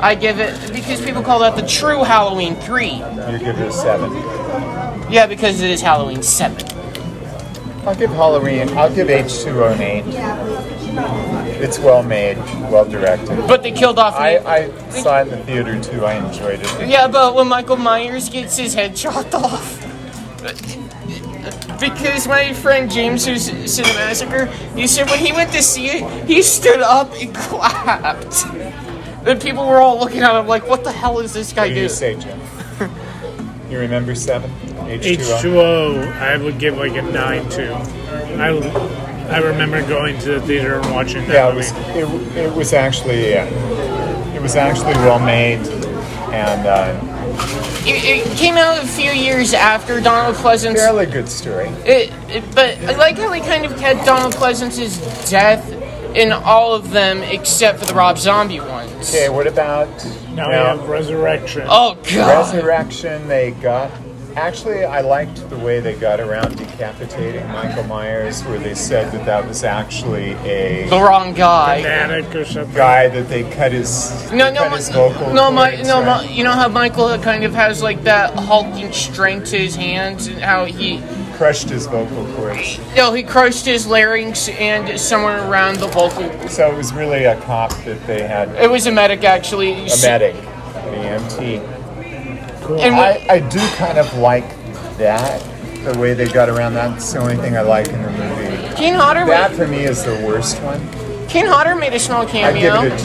[SPEAKER 6] I give it because people call that the true Halloween Three.
[SPEAKER 4] You give it a seven.
[SPEAKER 6] Yeah, because it is Halloween Seven.
[SPEAKER 4] I'll give Halloween. I'll give H two O an eight. It's well made, well directed.
[SPEAKER 6] But they killed off.
[SPEAKER 4] I, I saw it in the theater too. I enjoyed it.
[SPEAKER 6] Yeah, but when Michael Myers gets his head chopped off. Because my friend James, who's Cinemassacre, he said when he went to see it, he stood up and clapped. Then people were all looking at him like, what the hell is this guy
[SPEAKER 4] What do you
[SPEAKER 6] doing?
[SPEAKER 4] say, Jim? You remember seven? H
[SPEAKER 3] H
[SPEAKER 4] two O.
[SPEAKER 3] two O. I would give like a nine to. I I remember going to the theater and watching that
[SPEAKER 4] Yeah, it
[SPEAKER 3] movie.
[SPEAKER 4] was. It, it was actually. Yeah, it was actually well made, and uh,
[SPEAKER 6] It, it came out a few years after Donald Pleasance.
[SPEAKER 4] fairly good story.
[SPEAKER 6] It, it- but I like how they kind of kept Donald Pleasance's death in all of them except for the Rob Zombie ones.
[SPEAKER 4] Okay, what about
[SPEAKER 3] Now we have Resurrection.
[SPEAKER 6] Oh, God.
[SPEAKER 4] Resurrection, they got. Actually, I liked the way they got around decapitating Michael Myers, where they said that that was actually a
[SPEAKER 6] the wrong guy.
[SPEAKER 3] Fanatic or something.
[SPEAKER 4] guy that they cut his
[SPEAKER 6] No,
[SPEAKER 4] they
[SPEAKER 6] no,
[SPEAKER 4] cut
[SPEAKER 6] my,
[SPEAKER 4] his vocal
[SPEAKER 6] no, my,
[SPEAKER 4] cords,
[SPEAKER 6] no, my,
[SPEAKER 4] right?
[SPEAKER 6] you know how Michael kind of has like that hulking strength to his hands, and how he,
[SPEAKER 4] crushed his vocal cords.
[SPEAKER 6] no, he crushed his larynx and somewhere around the vocal.
[SPEAKER 4] So it was really a cop that they had a
[SPEAKER 6] It was a medic actually.
[SPEAKER 4] medic, an EMT.
[SPEAKER 6] And
[SPEAKER 4] I, I do kind of like that the way they got around that. It's the only thing I like in the movie.
[SPEAKER 6] Kane Hodder,
[SPEAKER 4] That for me is the worst one.
[SPEAKER 6] Kane Hodder made a small
[SPEAKER 4] I give it
[SPEAKER 6] cameo.
[SPEAKER 4] a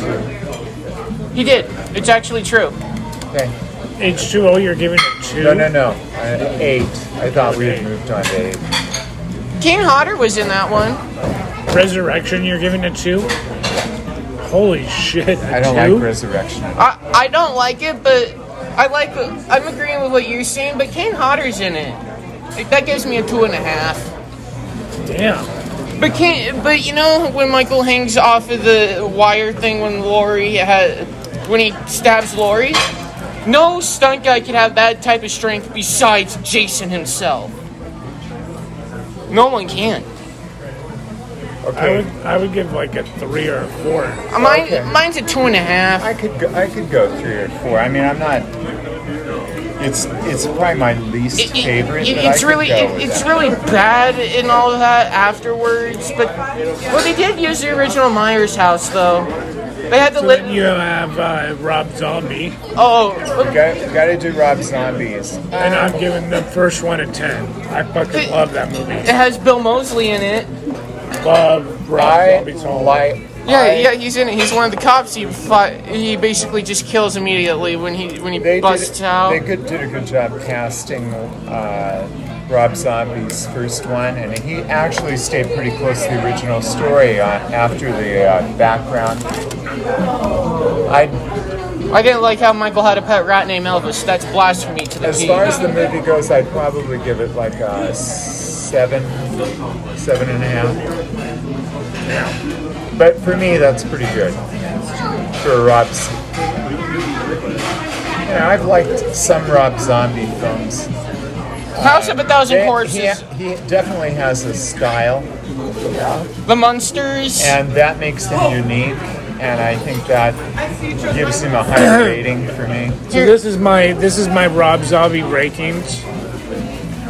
[SPEAKER 4] two.
[SPEAKER 6] He did. It's actually true.
[SPEAKER 4] Okay.
[SPEAKER 3] H two O. You're giving it two.
[SPEAKER 4] No, no, no. Uh, eight. I thought we had moved on to eight.
[SPEAKER 6] Kane Hodder was in that one.
[SPEAKER 3] Resurrection. You're giving it two. Holy shit! I
[SPEAKER 4] I don't like resurrection.
[SPEAKER 6] I, I don't like it, but I like. I'm agreeing with what you're saying, but Kane Hodder's in it. Like, that gives me a two and a half.
[SPEAKER 3] Damn.
[SPEAKER 6] But can but you know when Michael hangs off of the wire thing when Lori had when he stabs Lori, no stunt guy could have that type of strength besides Jason himself. No one can.
[SPEAKER 3] I would
[SPEAKER 4] Okay.
[SPEAKER 3] I would give like a three or a four.
[SPEAKER 6] Mine,
[SPEAKER 4] Oh, Okay.
[SPEAKER 6] mine's a two and a half.
[SPEAKER 4] I could go, I could go three or four. I mean, I'm not. It's it's probably my least
[SPEAKER 6] It- it-
[SPEAKER 4] favorite.
[SPEAKER 6] it-
[SPEAKER 4] but I
[SPEAKER 6] it's
[SPEAKER 4] could
[SPEAKER 6] really
[SPEAKER 4] go
[SPEAKER 6] it-
[SPEAKER 4] with
[SPEAKER 6] it's
[SPEAKER 4] that.
[SPEAKER 6] really bad and all of that afterwards. But well, they did use the original Myers house though. They had to
[SPEAKER 3] So
[SPEAKER 6] let
[SPEAKER 3] then you have uh, Rob Zombie,
[SPEAKER 6] oh
[SPEAKER 4] Got, got to do Rob Zombies.
[SPEAKER 3] and I'm giving the first one a ten. I fucking love that
[SPEAKER 6] it
[SPEAKER 3] movie.
[SPEAKER 6] has Bill Mosley in it.
[SPEAKER 3] Love Rob
[SPEAKER 4] I
[SPEAKER 3] Zombie. so
[SPEAKER 4] like.
[SPEAKER 6] Yeah,
[SPEAKER 4] I-
[SPEAKER 6] yeah, he's in it. He's one of the cops. He fight, he basically just kills immediately when he when he
[SPEAKER 4] They
[SPEAKER 6] busts
[SPEAKER 4] did,
[SPEAKER 6] out.
[SPEAKER 4] They good, did a good job casting uh, Rob Zombie's first one, and he actually stayed pretty close to the original story uh, after the uh, background. I
[SPEAKER 6] I didn't like how Michael had a pet rat named Elvis. That's blasphemy to the
[SPEAKER 4] As far
[SPEAKER 6] king.
[SPEAKER 4] as the movie goes, I'd probably give it like a seven, seven and a half. But for me, that's pretty good for Rob's. You know, I've liked some Rob Zombie films.
[SPEAKER 6] House of a Thousand
[SPEAKER 4] They- He,
[SPEAKER 6] Corpses,
[SPEAKER 4] he definitely has a style,
[SPEAKER 6] The Munsters.
[SPEAKER 4] and that makes him unique. And I think that gives him a higher rating for me.
[SPEAKER 3] So this is my this is my Rob Zombie rankings.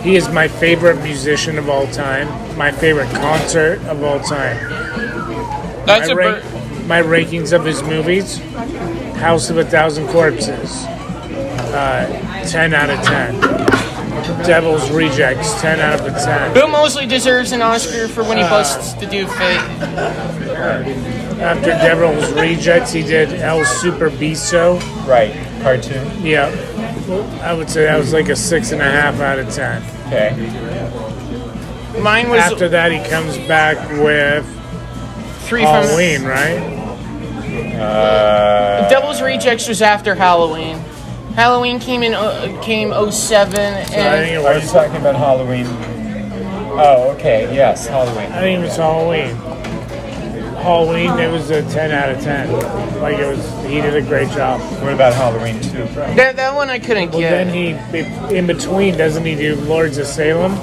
[SPEAKER 3] He is my favorite musician of all time. My favorite concert of all time.
[SPEAKER 6] That's
[SPEAKER 3] My,
[SPEAKER 6] a
[SPEAKER 3] rank,
[SPEAKER 6] bir-
[SPEAKER 3] my rankings of his movies: House of a Thousand Corpses, uh, ten out of ten. Devil's Rejects, ten out of a ten.
[SPEAKER 6] Bill Mosley deserves an Oscar for
[SPEAKER 4] Uh,
[SPEAKER 6] when he busts the do fit.
[SPEAKER 3] After Devil's Rejects, he did El Super Biso.
[SPEAKER 4] Right, cartoon.
[SPEAKER 3] Yeah, I would say that was like a six and a half out of ten.
[SPEAKER 4] Okay,
[SPEAKER 6] Mine was
[SPEAKER 3] After that, he comes back with
[SPEAKER 6] three from
[SPEAKER 3] Halloween, right?
[SPEAKER 4] uh,
[SPEAKER 6] Devil's Rejects was after Halloween. Halloween came in uh, came 07
[SPEAKER 3] I think
[SPEAKER 6] and
[SPEAKER 3] it
[SPEAKER 4] are you
[SPEAKER 3] was.
[SPEAKER 4] talking about Halloween? Oh, okay, yes, Halloween.
[SPEAKER 3] I think it was Halloween. Halloween, it was a ten out of ten. Like it was, he did a great job.
[SPEAKER 4] What about Halloween too?
[SPEAKER 6] that, that one I couldn't
[SPEAKER 3] Well,
[SPEAKER 6] get.
[SPEAKER 3] then he, in between, doesn't he do Lords of Salem?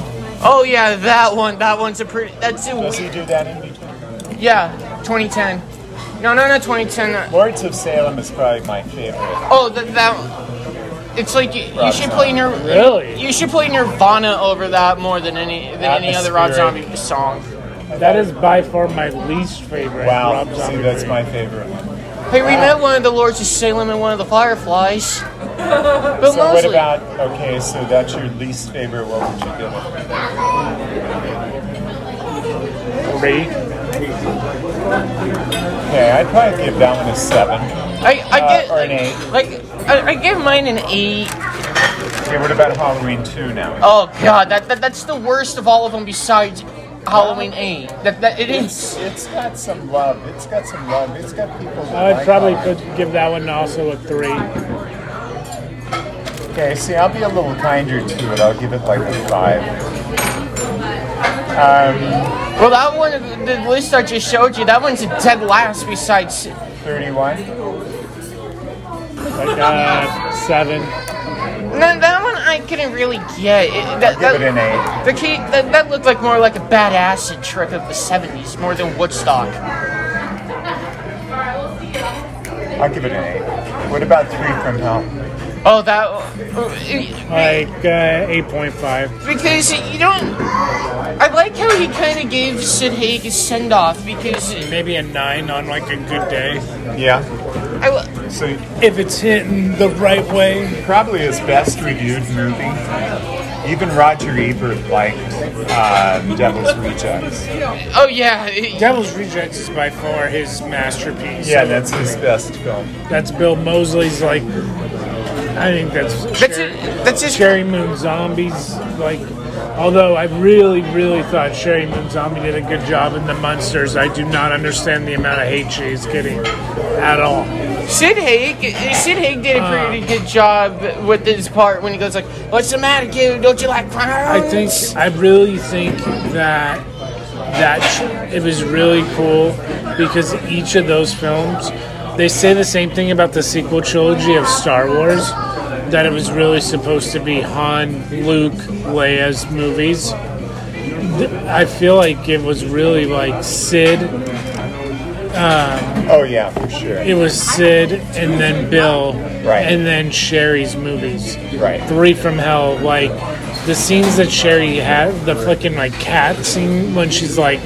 [SPEAKER 6] oh yeah, that one. That one's a pretty. That's a
[SPEAKER 4] Does he do that in between?
[SPEAKER 6] yeah. 2010. No, no, no. 2010.
[SPEAKER 4] Lords of Salem is probably my favorite.
[SPEAKER 6] Oh, that that. It's like you, you should play Nir-
[SPEAKER 3] Really?
[SPEAKER 6] You should play Nirvana over that more than any than any other Rob
[SPEAKER 4] Atmospheric.
[SPEAKER 6] Zombie song.
[SPEAKER 3] That is by far my least favorite.
[SPEAKER 4] Wow,
[SPEAKER 3] Rob
[SPEAKER 4] see,
[SPEAKER 3] Zombie
[SPEAKER 4] that's
[SPEAKER 3] movie.
[SPEAKER 4] my favorite one.
[SPEAKER 6] Hey, we met one of the Lords of Salem and one of the Fireflies. But
[SPEAKER 4] So what
[SPEAKER 6] mostly,
[SPEAKER 4] about? Okay, so that's your least favorite. What would you give it?
[SPEAKER 3] Three.
[SPEAKER 4] Okay, I'd probably give that one a seven.
[SPEAKER 6] I, I
[SPEAKER 4] uh,
[SPEAKER 6] get
[SPEAKER 4] or an eight.
[SPEAKER 6] like I, I give mine an eight.
[SPEAKER 4] Okay, what about Halloween two now?
[SPEAKER 6] Oh god, that, that that's the worst of all of them besides Halloween 8. That that it is.
[SPEAKER 4] It's got some love. It's got some love. It's got people. That
[SPEAKER 3] I'd
[SPEAKER 4] like
[SPEAKER 3] probably
[SPEAKER 4] Halloween.
[SPEAKER 3] put, give that one also a three.
[SPEAKER 4] Okay, see, I'll be a little kinder to it. I'll give it like a five. Um,
[SPEAKER 6] Well, that one the list I just showed you, that one's a dead last besides
[SPEAKER 4] thirty-one.
[SPEAKER 3] Like uh, seven.
[SPEAKER 6] No, that one I couldn't really get. It, that,
[SPEAKER 4] Give
[SPEAKER 6] that,
[SPEAKER 4] it an eight.
[SPEAKER 6] the key that, that looked like more like a bad acid trick of the 70s more than Woodstock.
[SPEAKER 4] I'll give it an eight. What about three from hell?
[SPEAKER 6] Oh, that
[SPEAKER 3] Like uh, eight point five.
[SPEAKER 6] because you don't I like how he kind of gave Sid Haig his send off because
[SPEAKER 3] Maybe a nine on like a good day.
[SPEAKER 4] Yeah.
[SPEAKER 6] I
[SPEAKER 4] So
[SPEAKER 3] If it's hitting the right way.
[SPEAKER 4] probably his best reviewed movie. Even Roger Ebert liked um, Devil's Rejects.
[SPEAKER 6] oh yeah,
[SPEAKER 3] Devil's Rejects is by far his masterpiece.
[SPEAKER 4] Yeah, that's his best film.
[SPEAKER 3] That's Bill Mosley's like. I think that's.
[SPEAKER 6] That's
[SPEAKER 3] Sherry,
[SPEAKER 6] it. That's just
[SPEAKER 3] Sherry Moon Zombies like. Although I really, really thought Sherry Moon Zombie did a good job in The Munsters, I do not understand the amount of hate she is getting at all.
[SPEAKER 6] Sid Haig. Sid Haig did a pretty good job with this part when he goes like, "What's the matter, kid? Don't you like
[SPEAKER 3] I
[SPEAKER 6] clowns?"
[SPEAKER 3] think I really think that that sh- it was really cool because each of those films they say the same thing about the sequel trilogy of Star Wars that it was really supposed to be Han, Luke, Leia's movies. Th- I feel like it was really like Sid.
[SPEAKER 4] Oh yeah, for sure.
[SPEAKER 3] It was Sid and then Bill
[SPEAKER 4] Right.
[SPEAKER 3] and then Sherry's movies.
[SPEAKER 4] Right.
[SPEAKER 3] Three from Hell, like the scenes that Sherry had, the fucking like cat scene when she's like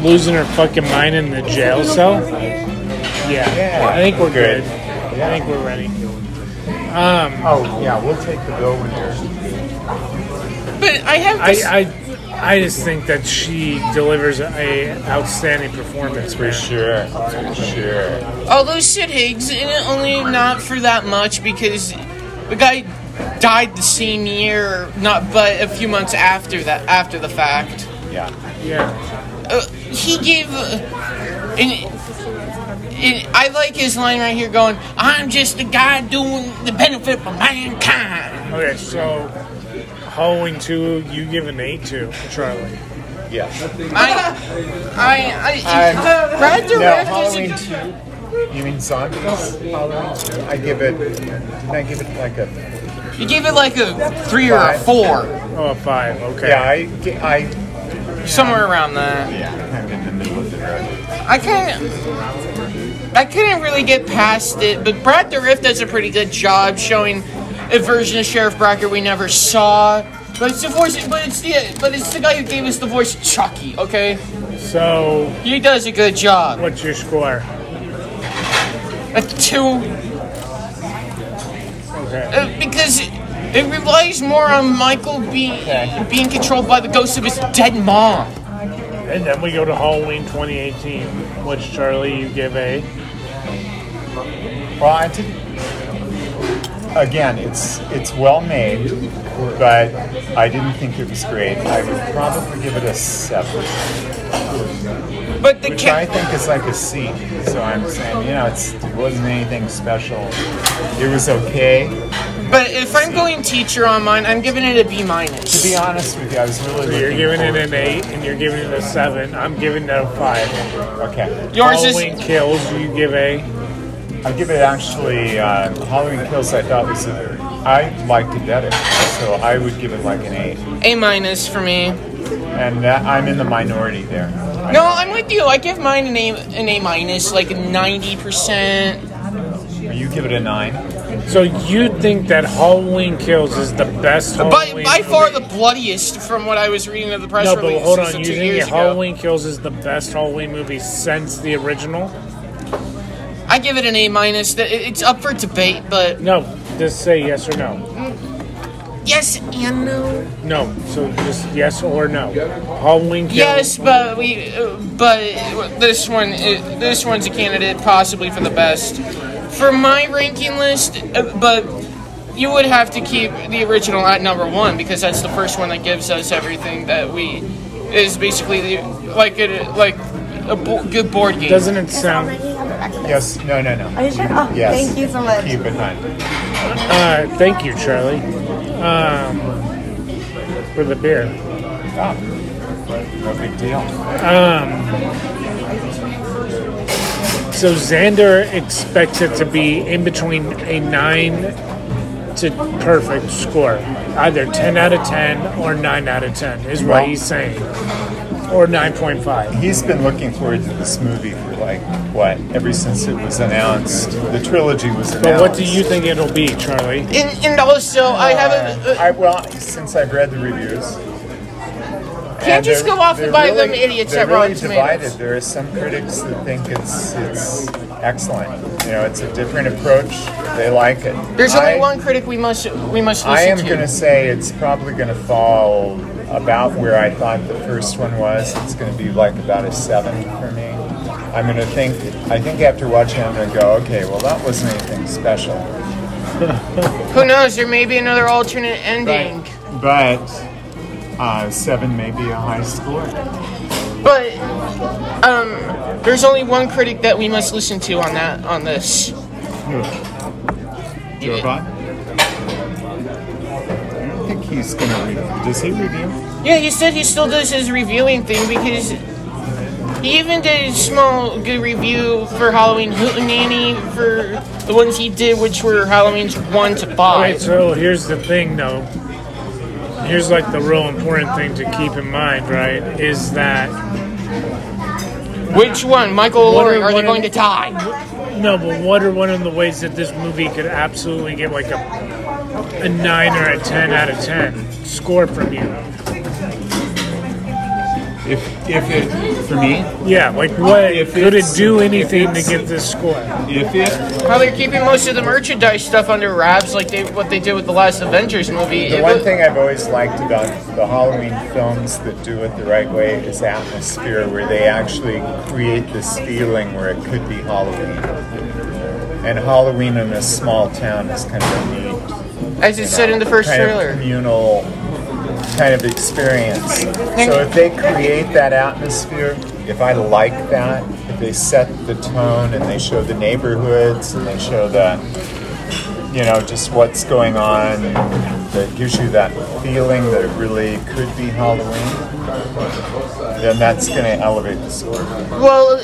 [SPEAKER 3] losing her fucking mind in the jail cell. Yeah,
[SPEAKER 4] Yeah.
[SPEAKER 3] I think we're good.
[SPEAKER 4] Good.
[SPEAKER 3] I think we're ready.
[SPEAKER 4] Oh yeah, we'll take the bill with her.
[SPEAKER 6] But I have this.
[SPEAKER 3] I, I I just think that she delivers a outstanding performance.
[SPEAKER 4] For
[SPEAKER 3] man.
[SPEAKER 4] sure. For sure.
[SPEAKER 6] although Sid Haig's in it only not for that much because the guy died the same year, not but a few months after that, after the fact.
[SPEAKER 4] Yeah.
[SPEAKER 3] Yeah,
[SPEAKER 6] Uh, he gave. Uh, and it, I like his line right here going, I'm just a guy doing the benefit for mankind.
[SPEAKER 3] Okay, so Halloween 2, you give an 8 to, Charlie.
[SPEAKER 4] Yes.
[SPEAKER 6] I, I, I,
[SPEAKER 4] I'm-
[SPEAKER 6] Brad the
[SPEAKER 4] No,
[SPEAKER 6] Rift
[SPEAKER 4] Halloween
[SPEAKER 6] is a,
[SPEAKER 4] two. You mean zombies? Halloween two. I give it. Did I give it like a?
[SPEAKER 6] you gave it like a three or a
[SPEAKER 4] Five.
[SPEAKER 6] four,
[SPEAKER 3] Oh, a 5, okay.
[SPEAKER 4] Yeah, I, gi- I
[SPEAKER 6] somewhere around that.
[SPEAKER 4] kind of in the middle of the road.
[SPEAKER 6] I kind of, I couldn't really get past it, but Brad the Rift does a pretty good job showing a version of Sheriff Brackett we never saw. But it's the voice, but it's the, but it's the guy who gave us the voice, of Chucky. Okay,
[SPEAKER 3] So,
[SPEAKER 6] he does a good job.
[SPEAKER 3] what's your score?
[SPEAKER 6] A two.
[SPEAKER 3] Okay.
[SPEAKER 6] Uh, because it relies more on Michael being being controlled by the ghost of his dead mom.
[SPEAKER 3] And then we go to Halloween 2018, which, Charlie, you give a.
[SPEAKER 4] Well, I did- again, it's it's well made, but I didn't think it was great. I would probably give it a seven,
[SPEAKER 6] But the
[SPEAKER 4] which I
[SPEAKER 6] ca-
[SPEAKER 4] think is like a C. So I'm saying, you know, it's, it wasn't anything special. It was okay.
[SPEAKER 6] but if I'm going teacher on mine, I'm giving it a B minus.
[SPEAKER 4] To be honest with you, I was really.
[SPEAKER 3] So you're
[SPEAKER 4] looking
[SPEAKER 3] giving it
[SPEAKER 4] forward-
[SPEAKER 3] an 8, and you're giving it a 7. I'm giving it a 5.
[SPEAKER 4] Okay.
[SPEAKER 6] Yours is
[SPEAKER 3] Halloween Kills, you give a.
[SPEAKER 4] I give it actually uh, Halloween Kills. I thought was a, I liked it better, so I would give it like an eight.
[SPEAKER 6] A minus for me.
[SPEAKER 4] And that, I'm in the minority there. I-
[SPEAKER 6] No, I'm with you. I give mine an A an A minus, like ninety percent.
[SPEAKER 4] you give it a nine.
[SPEAKER 3] So, you think that Halloween Kills is the best
[SPEAKER 6] But
[SPEAKER 3] Halloween
[SPEAKER 6] by far
[SPEAKER 3] movie?
[SPEAKER 6] the bloodiest from what I was reading of the press
[SPEAKER 3] No,
[SPEAKER 6] release.
[SPEAKER 3] but hold on. You
[SPEAKER 6] two
[SPEAKER 3] think
[SPEAKER 6] years
[SPEAKER 3] that
[SPEAKER 6] ago.
[SPEAKER 3] Halloween Kills is the best Halloween movie since the original?
[SPEAKER 6] I give it an A minus. Th- it- It's up for debate, but
[SPEAKER 3] No, just say yes or no.
[SPEAKER 6] yes and no.
[SPEAKER 3] No, so just yes or no. Halloween Kills.
[SPEAKER 6] Yes, but we, uh, but this one, uh, this one's a candidate possibly for the best. For my ranking list, uh, but you would have to keep the original at number one because that's the first one that gives us everything that we is basically the, like it like a bo- good board game.
[SPEAKER 3] Doesn't it
[SPEAKER 5] Yes, I'm
[SPEAKER 3] sound?
[SPEAKER 5] ready. I'll go back to this.
[SPEAKER 4] Yes. No. No. No.
[SPEAKER 5] Are you sure? Oh,
[SPEAKER 4] Yes.
[SPEAKER 5] thank you so much.
[SPEAKER 4] Keep it nine.
[SPEAKER 3] Uh, thank you, Charlie, um, for the beer.
[SPEAKER 4] Oh, no big deal.
[SPEAKER 3] So Xander expects it to be in between a nine to perfect score, either ten out of ten or nine out of ten is what
[SPEAKER 4] Well-
[SPEAKER 3] he's saying, or nine point five.
[SPEAKER 4] He's been looking forward to this movie for like what? Ever since it was announced, the trilogy was announced.
[SPEAKER 3] But what do you think it'll be, Charlie?
[SPEAKER 6] and, and also, I haven't. Uh,
[SPEAKER 4] Oh, I, well, since I've read the reviews.
[SPEAKER 6] can't just go off by them idiots
[SPEAKER 4] they're
[SPEAKER 6] at
[SPEAKER 4] really
[SPEAKER 6] Rotten
[SPEAKER 4] divided.
[SPEAKER 6] Tomatoes.
[SPEAKER 4] There are some critics that think it's it's excellent. You know, it's a different approach. They like it.
[SPEAKER 6] There's
[SPEAKER 4] I-
[SPEAKER 6] only one critic we must we must listen
[SPEAKER 4] I am
[SPEAKER 6] to.
[SPEAKER 4] going to say it's probably going to fall about where I thought the first one was. It's going to be like about a seven for me. I'm going to think. I think after watching, it, I'm going to go, okay, well, that wasn't anything special.
[SPEAKER 6] Who knows? There may be another alternate ending.
[SPEAKER 4] But uh, seven may be a high score.
[SPEAKER 6] But um, there's only one critic that we must listen to on that on this.
[SPEAKER 4] Jorbot? I don't think he's going to review. Does he review?
[SPEAKER 6] Yeah, he said he still does his reviewing thing because he even did a small good review for Halloween Hootenanny for the ones he did, which were Halloween's one to
[SPEAKER 3] Alright,
[SPEAKER 6] five.
[SPEAKER 3] so here's the thing though. Here's like the real important thing to keep in mind, right? Is that
[SPEAKER 6] Which one, Michael or
[SPEAKER 3] What
[SPEAKER 6] Lori,
[SPEAKER 3] are-
[SPEAKER 6] are
[SPEAKER 3] what are-
[SPEAKER 6] they going to die?
[SPEAKER 3] no, but what are one of the ways that this movie could absolutely get like a a nine or a ten out of ten score from you?
[SPEAKER 4] If, if it, for me,
[SPEAKER 3] Yeah, like what
[SPEAKER 4] If
[SPEAKER 3] could it
[SPEAKER 4] it's-
[SPEAKER 3] do
[SPEAKER 4] if
[SPEAKER 3] anything to
[SPEAKER 4] it's-
[SPEAKER 3] get this score?
[SPEAKER 4] if it
[SPEAKER 6] How they're keeping most of the merchandise stuff under wraps, like they what they did with the last Avengers movie.
[SPEAKER 4] The
[SPEAKER 6] It
[SPEAKER 4] one
[SPEAKER 6] wa-
[SPEAKER 4] thing I've always liked about the Halloween films that do it the right way is atmosphere, where they actually create this feeling where it could be Halloween. And Halloween in a small town is kind of a neat,
[SPEAKER 6] as it said in the first
[SPEAKER 4] kind
[SPEAKER 6] trailer.
[SPEAKER 4] of communal kind of experience. So if they create that atmosphere, if I like that, if they set the tone and they show the neighborhoods and they show the you know just what's going on that gives you that feeling that it really could be Halloween. Then that's going to elevate the story.
[SPEAKER 6] Well,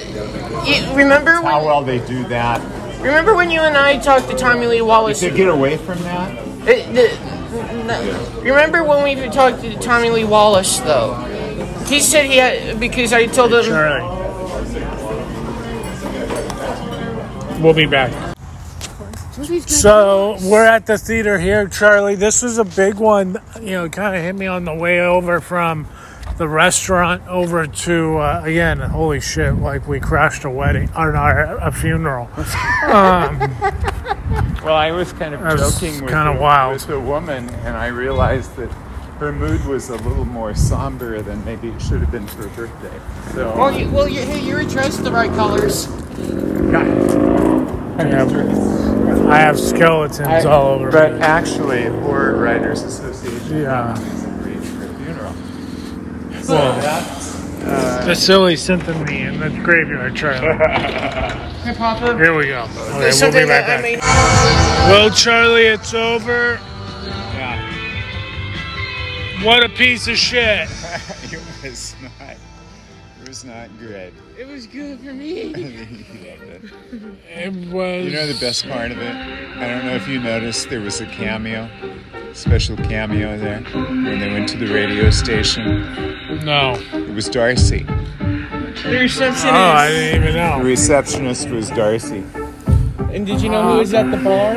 [SPEAKER 6] you, remember
[SPEAKER 4] How
[SPEAKER 6] when
[SPEAKER 4] well they do that.
[SPEAKER 6] remember when you and I talked to Tommy Lee Wallace?
[SPEAKER 4] To get away from that,
[SPEAKER 6] It- the- n- remember when we talked to Tommy Lee Wallace though? He said he had because I told him.
[SPEAKER 3] All right. We'll be back. So we're at the theater here, Charlie. This was a big one. You know, kind of hit me on the way over from the restaurant over to uh, again. Holy shit! Like we crashed a wedding or not, a funeral. Um,
[SPEAKER 5] Well, I was kind of
[SPEAKER 3] That was
[SPEAKER 5] joking with,
[SPEAKER 3] kinda
[SPEAKER 5] the-
[SPEAKER 3] wild.
[SPEAKER 4] with the woman, and I realized that her mood was a little more somber than maybe it should have been for her birthday. So
[SPEAKER 6] Well, you, well, you, hey, you were dressed the right colors.
[SPEAKER 3] I have skeletons all over.
[SPEAKER 4] But
[SPEAKER 3] me.
[SPEAKER 4] actually, Horror Writers Association
[SPEAKER 3] Yeah.
[SPEAKER 4] is agreed for a funeral.
[SPEAKER 3] Vasily sent them me in the graveyard, Charlie.
[SPEAKER 6] Hey, Papa.
[SPEAKER 3] Here we go. Okay,
[SPEAKER 6] There's
[SPEAKER 3] we'll be
[SPEAKER 6] something
[SPEAKER 3] right
[SPEAKER 6] that
[SPEAKER 3] back.
[SPEAKER 6] I made.
[SPEAKER 3] Well, Charlie, it's over. What a piece of shit.
[SPEAKER 4] it was not. It was not good.
[SPEAKER 6] It was good for me.
[SPEAKER 4] you
[SPEAKER 3] It was.
[SPEAKER 4] know the best part of it? I don't know if you noticed there was a cameo, special cameo there when they went to the radio station.
[SPEAKER 3] No.
[SPEAKER 4] It was Darcy.
[SPEAKER 6] The receptionist.
[SPEAKER 3] Oh, I didn't even know.
[SPEAKER 4] The receptionist was Darcy.
[SPEAKER 6] and did you know who was at the bar?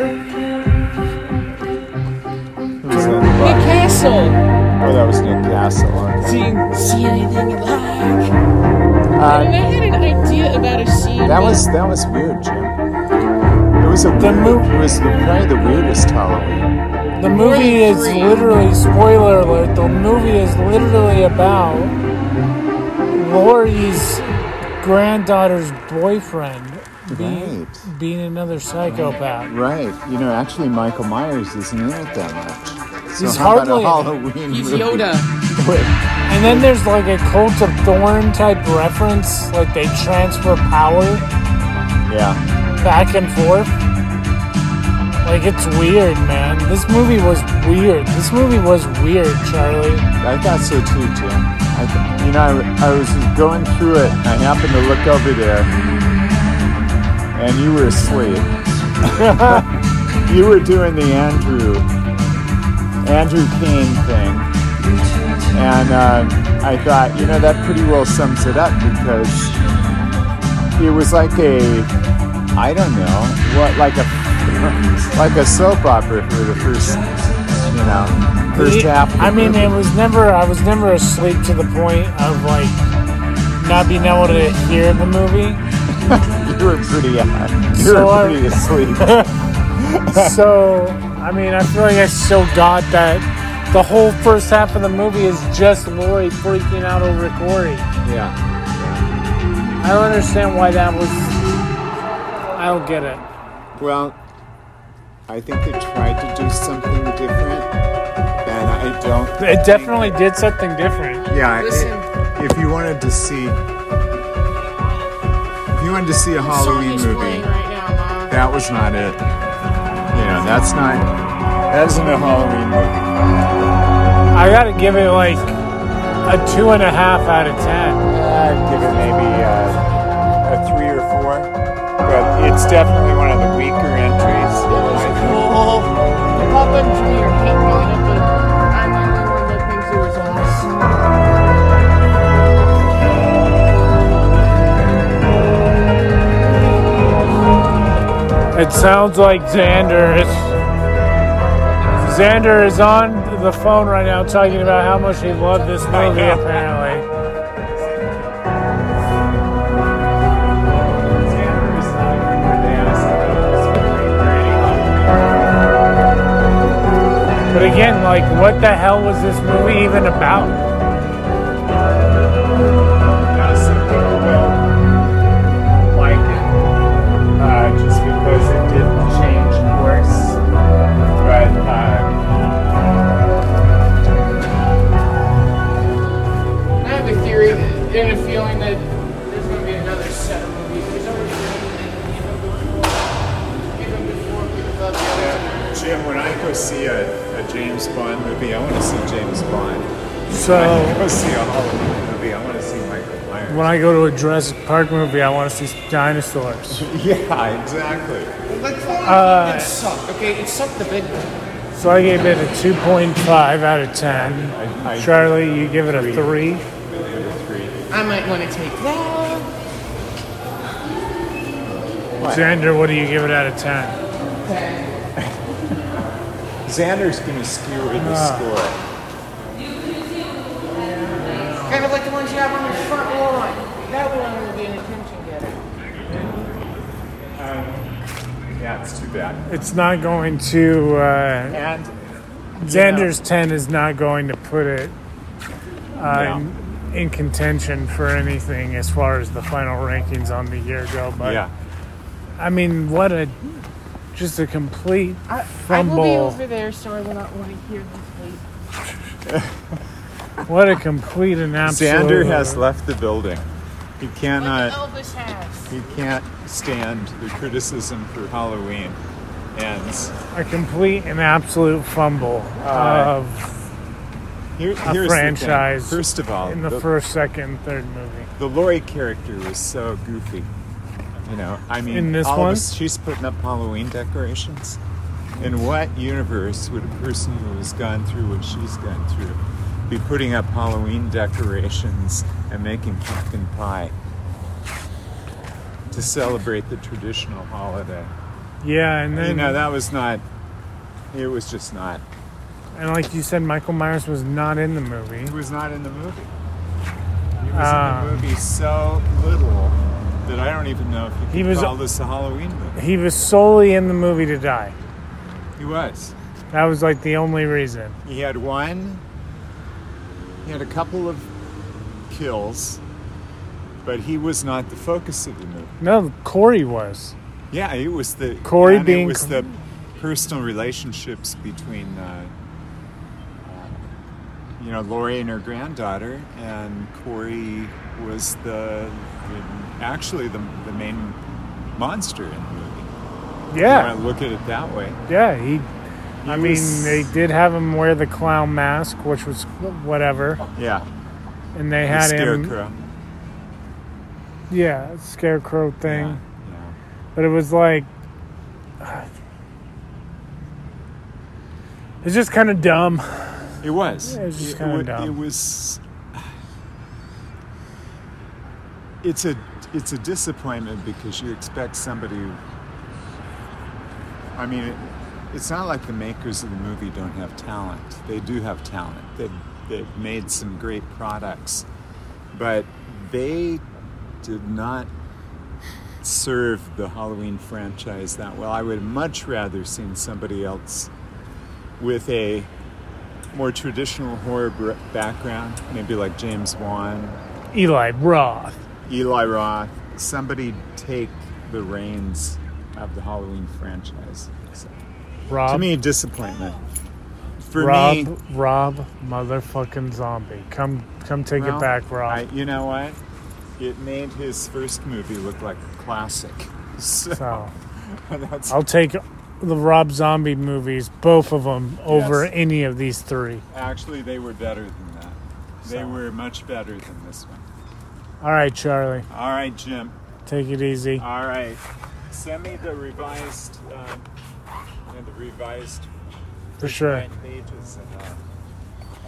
[SPEAKER 4] Who was on the block?
[SPEAKER 6] Castle.
[SPEAKER 4] Oh, that was Nick Castle.
[SPEAKER 6] Do you see anything you like? And
[SPEAKER 4] Uh,
[SPEAKER 6] I had an idea about a scene.
[SPEAKER 4] that
[SPEAKER 6] but-
[SPEAKER 4] was that was weird, Jim. It was a the It was the, probably the weirdest Halloween.
[SPEAKER 3] The movie is literally, spoiler alert, the movie is literally about Lori's granddaughter's boyfriend being,
[SPEAKER 4] Right.
[SPEAKER 3] being another psychopath.
[SPEAKER 4] Right. You know, actually, Michael Myers isn't in it that much. So
[SPEAKER 3] He's
[SPEAKER 4] how
[SPEAKER 3] hardly-
[SPEAKER 4] about a Halloween
[SPEAKER 6] He's
[SPEAKER 4] movie?
[SPEAKER 6] Yoda.
[SPEAKER 4] With-
[SPEAKER 3] And then there's like a Cult of Thorn type reference, like they transfer power.
[SPEAKER 4] yeah.
[SPEAKER 3] back and forth. Like it's weird, man. This movie was weird. This movie was weird, Charlie.
[SPEAKER 4] I thought so too, Jim. I th- you know, I, I was just going through it, and I happened to look over there, and you were asleep. you were doing the Andrew, Andrew Kane thing, and uh, I thought, you know, that pretty well sums it up because it was like a I don't know what like a like a soap opera for the first you know first half. of the
[SPEAKER 3] I mean,
[SPEAKER 4] movie.
[SPEAKER 3] it was never. I was never asleep to the point of like not being able to hear the movie.
[SPEAKER 4] you were pretty uh, you
[SPEAKER 3] So I-
[SPEAKER 4] were pretty asleep.
[SPEAKER 3] so I mean, I feel like I still got that. The whole first half of the movie is just Lori freaking out over Corey.
[SPEAKER 4] yeah,
[SPEAKER 3] I don't understand why that was. I don't get it.
[SPEAKER 4] well, I think they tried to do something different, and I don't.
[SPEAKER 3] It definitely did something different.
[SPEAKER 4] Yeah,
[SPEAKER 6] Listen.
[SPEAKER 4] i- if you wanted to see, if you wanted to see a Halloween
[SPEAKER 6] Sony's
[SPEAKER 4] movie,
[SPEAKER 6] playing right now, Mom.
[SPEAKER 4] that was not it. You know, that's not. That isn't a Halloween movie.
[SPEAKER 3] I gotta give it like a two and a half out of ten.
[SPEAKER 4] I'd give it maybe a, a three or four, but it's definitely one of the weaker entries.
[SPEAKER 6] Papa and Jimmy are hate going up, but I'm the only one that thinks it was awesome.
[SPEAKER 3] It sounds like Xander is. Xander is on the phone right now talking about how much he loved this movie. Apparently, but again, like, what the hell was this movie even about?
[SPEAKER 4] Not some people will like it, uh, just because it didn't change course. But uh,
[SPEAKER 6] I have a theory and a feeling that there's going to be another set of movies
[SPEAKER 4] Jim, when I go see a, a James Bond movie, I want to see James Bond. I
[SPEAKER 3] So
[SPEAKER 4] go see a Halloween movie, I want to see Michael Myers.
[SPEAKER 3] when I go to a Jurassic Park movie, I want to see dinosaurs.
[SPEAKER 4] Yeah, exactly.
[SPEAKER 6] Like,
[SPEAKER 3] Uh,
[SPEAKER 6] it sucked. Okay, it sucked the big one.
[SPEAKER 3] So I gave it a 2.5 out of 10.
[SPEAKER 4] I, I
[SPEAKER 3] Charlie, you give it a three.
[SPEAKER 6] I might want to take that.
[SPEAKER 3] Xander, what do you give it out of 10?
[SPEAKER 4] Xander's going to skew in the score.
[SPEAKER 6] Kind of like the ones you have on your front lawn. That one will be an attention getter.
[SPEAKER 4] Yeah, it's too bad.
[SPEAKER 3] It's not going to. Uh,
[SPEAKER 4] And
[SPEAKER 3] Xander's 10 is not going to put it
[SPEAKER 4] no.
[SPEAKER 3] in contention for anything as far as the final rankings on the year go. But
[SPEAKER 4] yeah,
[SPEAKER 3] I mean, what a just a complete
[SPEAKER 6] I, I will be
[SPEAKER 3] fumble.
[SPEAKER 6] over there, so I will not want to hear this late.
[SPEAKER 3] What a complete and absolute.
[SPEAKER 4] Xander has left the building. He cannot.
[SPEAKER 6] Like Elvis has.
[SPEAKER 4] He can't stand the criticism for Halloween. And
[SPEAKER 3] a complete and absolute fumble of
[SPEAKER 4] here, here's
[SPEAKER 3] franchise
[SPEAKER 4] the thing. First of all,
[SPEAKER 3] in the,
[SPEAKER 4] the,
[SPEAKER 3] first, second, third movie.
[SPEAKER 4] the Lori character was so goofy. You know, I mean,
[SPEAKER 3] In this
[SPEAKER 4] all
[SPEAKER 3] one?
[SPEAKER 4] Of us, she's putting up Halloween decorations. In what universe would a person who has gone through what she's gone through be putting up Halloween decorations and making pumpkin pie to celebrate the traditional holiday?
[SPEAKER 3] Yeah, and then
[SPEAKER 4] you know, that was not. It was just not.
[SPEAKER 3] and like you said, Michael Myers was not in the movie.
[SPEAKER 4] He was not in the movie. He was
[SPEAKER 3] Ah.
[SPEAKER 4] in the movie so little that I don't even know if you could
[SPEAKER 3] He was-
[SPEAKER 4] call this a Halloween movie.
[SPEAKER 3] He was solely in the movie to die.
[SPEAKER 4] He was.
[SPEAKER 3] That was like the only reason.
[SPEAKER 4] He had one. He had a couple of kills, but he was not the focus of the movie.
[SPEAKER 3] No, Corey was.
[SPEAKER 4] Yeah, it was the
[SPEAKER 3] Corey
[SPEAKER 4] and
[SPEAKER 3] being-
[SPEAKER 4] it was the personal relationships between uh, uh, you know Lori and her granddaughter, and Corey was the, the actually the, the main monster in the movie.
[SPEAKER 3] Yeah,
[SPEAKER 4] When I look at it that way.
[SPEAKER 3] yeah. He. I
[SPEAKER 4] He
[SPEAKER 3] mean,
[SPEAKER 4] was-
[SPEAKER 3] they did have him wear the clown mask, which was whatever,
[SPEAKER 4] Yeah,
[SPEAKER 3] and they
[SPEAKER 4] the
[SPEAKER 3] had him.
[SPEAKER 4] scarecrow.
[SPEAKER 3] Yeah, scarecrow thing.
[SPEAKER 4] Yeah, yeah.
[SPEAKER 3] But it was like. It's just kind of dumb.
[SPEAKER 4] It was.
[SPEAKER 3] Yeah, it was just
[SPEAKER 4] It-
[SPEAKER 3] kinda
[SPEAKER 4] it, wa-
[SPEAKER 3] dumb.
[SPEAKER 4] it was. It's a it's a disappointment because you expect somebody. who- I mean, it, it's not like the makers of the movie don't have talent. They do have talent. They they've made some great products, but they did not serve the Halloween franchise that well. I would have much rather seen somebody else with a more traditional horror br- background, maybe like James Wan,
[SPEAKER 3] Eli Roth.
[SPEAKER 4] Eli Roth, somebody take the reins of the Halloween franchise. So,
[SPEAKER 3] Rob.
[SPEAKER 4] to me, disappointment. For
[SPEAKER 3] Rob.
[SPEAKER 4] me,
[SPEAKER 3] Rob. Motherfucking zombie. Come, come take
[SPEAKER 4] well,
[SPEAKER 3] it back, Rob.
[SPEAKER 4] I- you know what? It made his first movie look like a classic. So
[SPEAKER 3] so uh,
[SPEAKER 4] that's
[SPEAKER 3] I'll take the Rob Zombie movies, both of them, over
[SPEAKER 4] Yes.
[SPEAKER 3] any of these three.
[SPEAKER 4] actually they were better than that. They
[SPEAKER 3] So.
[SPEAKER 4] were much better than this one.
[SPEAKER 3] All right, Charlie.
[SPEAKER 4] All right, Jim.
[SPEAKER 3] Take it easy.
[SPEAKER 4] All right. Send me the revised, um, and the revised
[SPEAKER 3] For sure.
[SPEAKER 4] nine pages, and uh,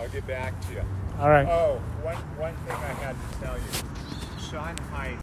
[SPEAKER 4] I'll get back to you.
[SPEAKER 3] All right.
[SPEAKER 4] Oh, one one thing I had to tell you. Sean Height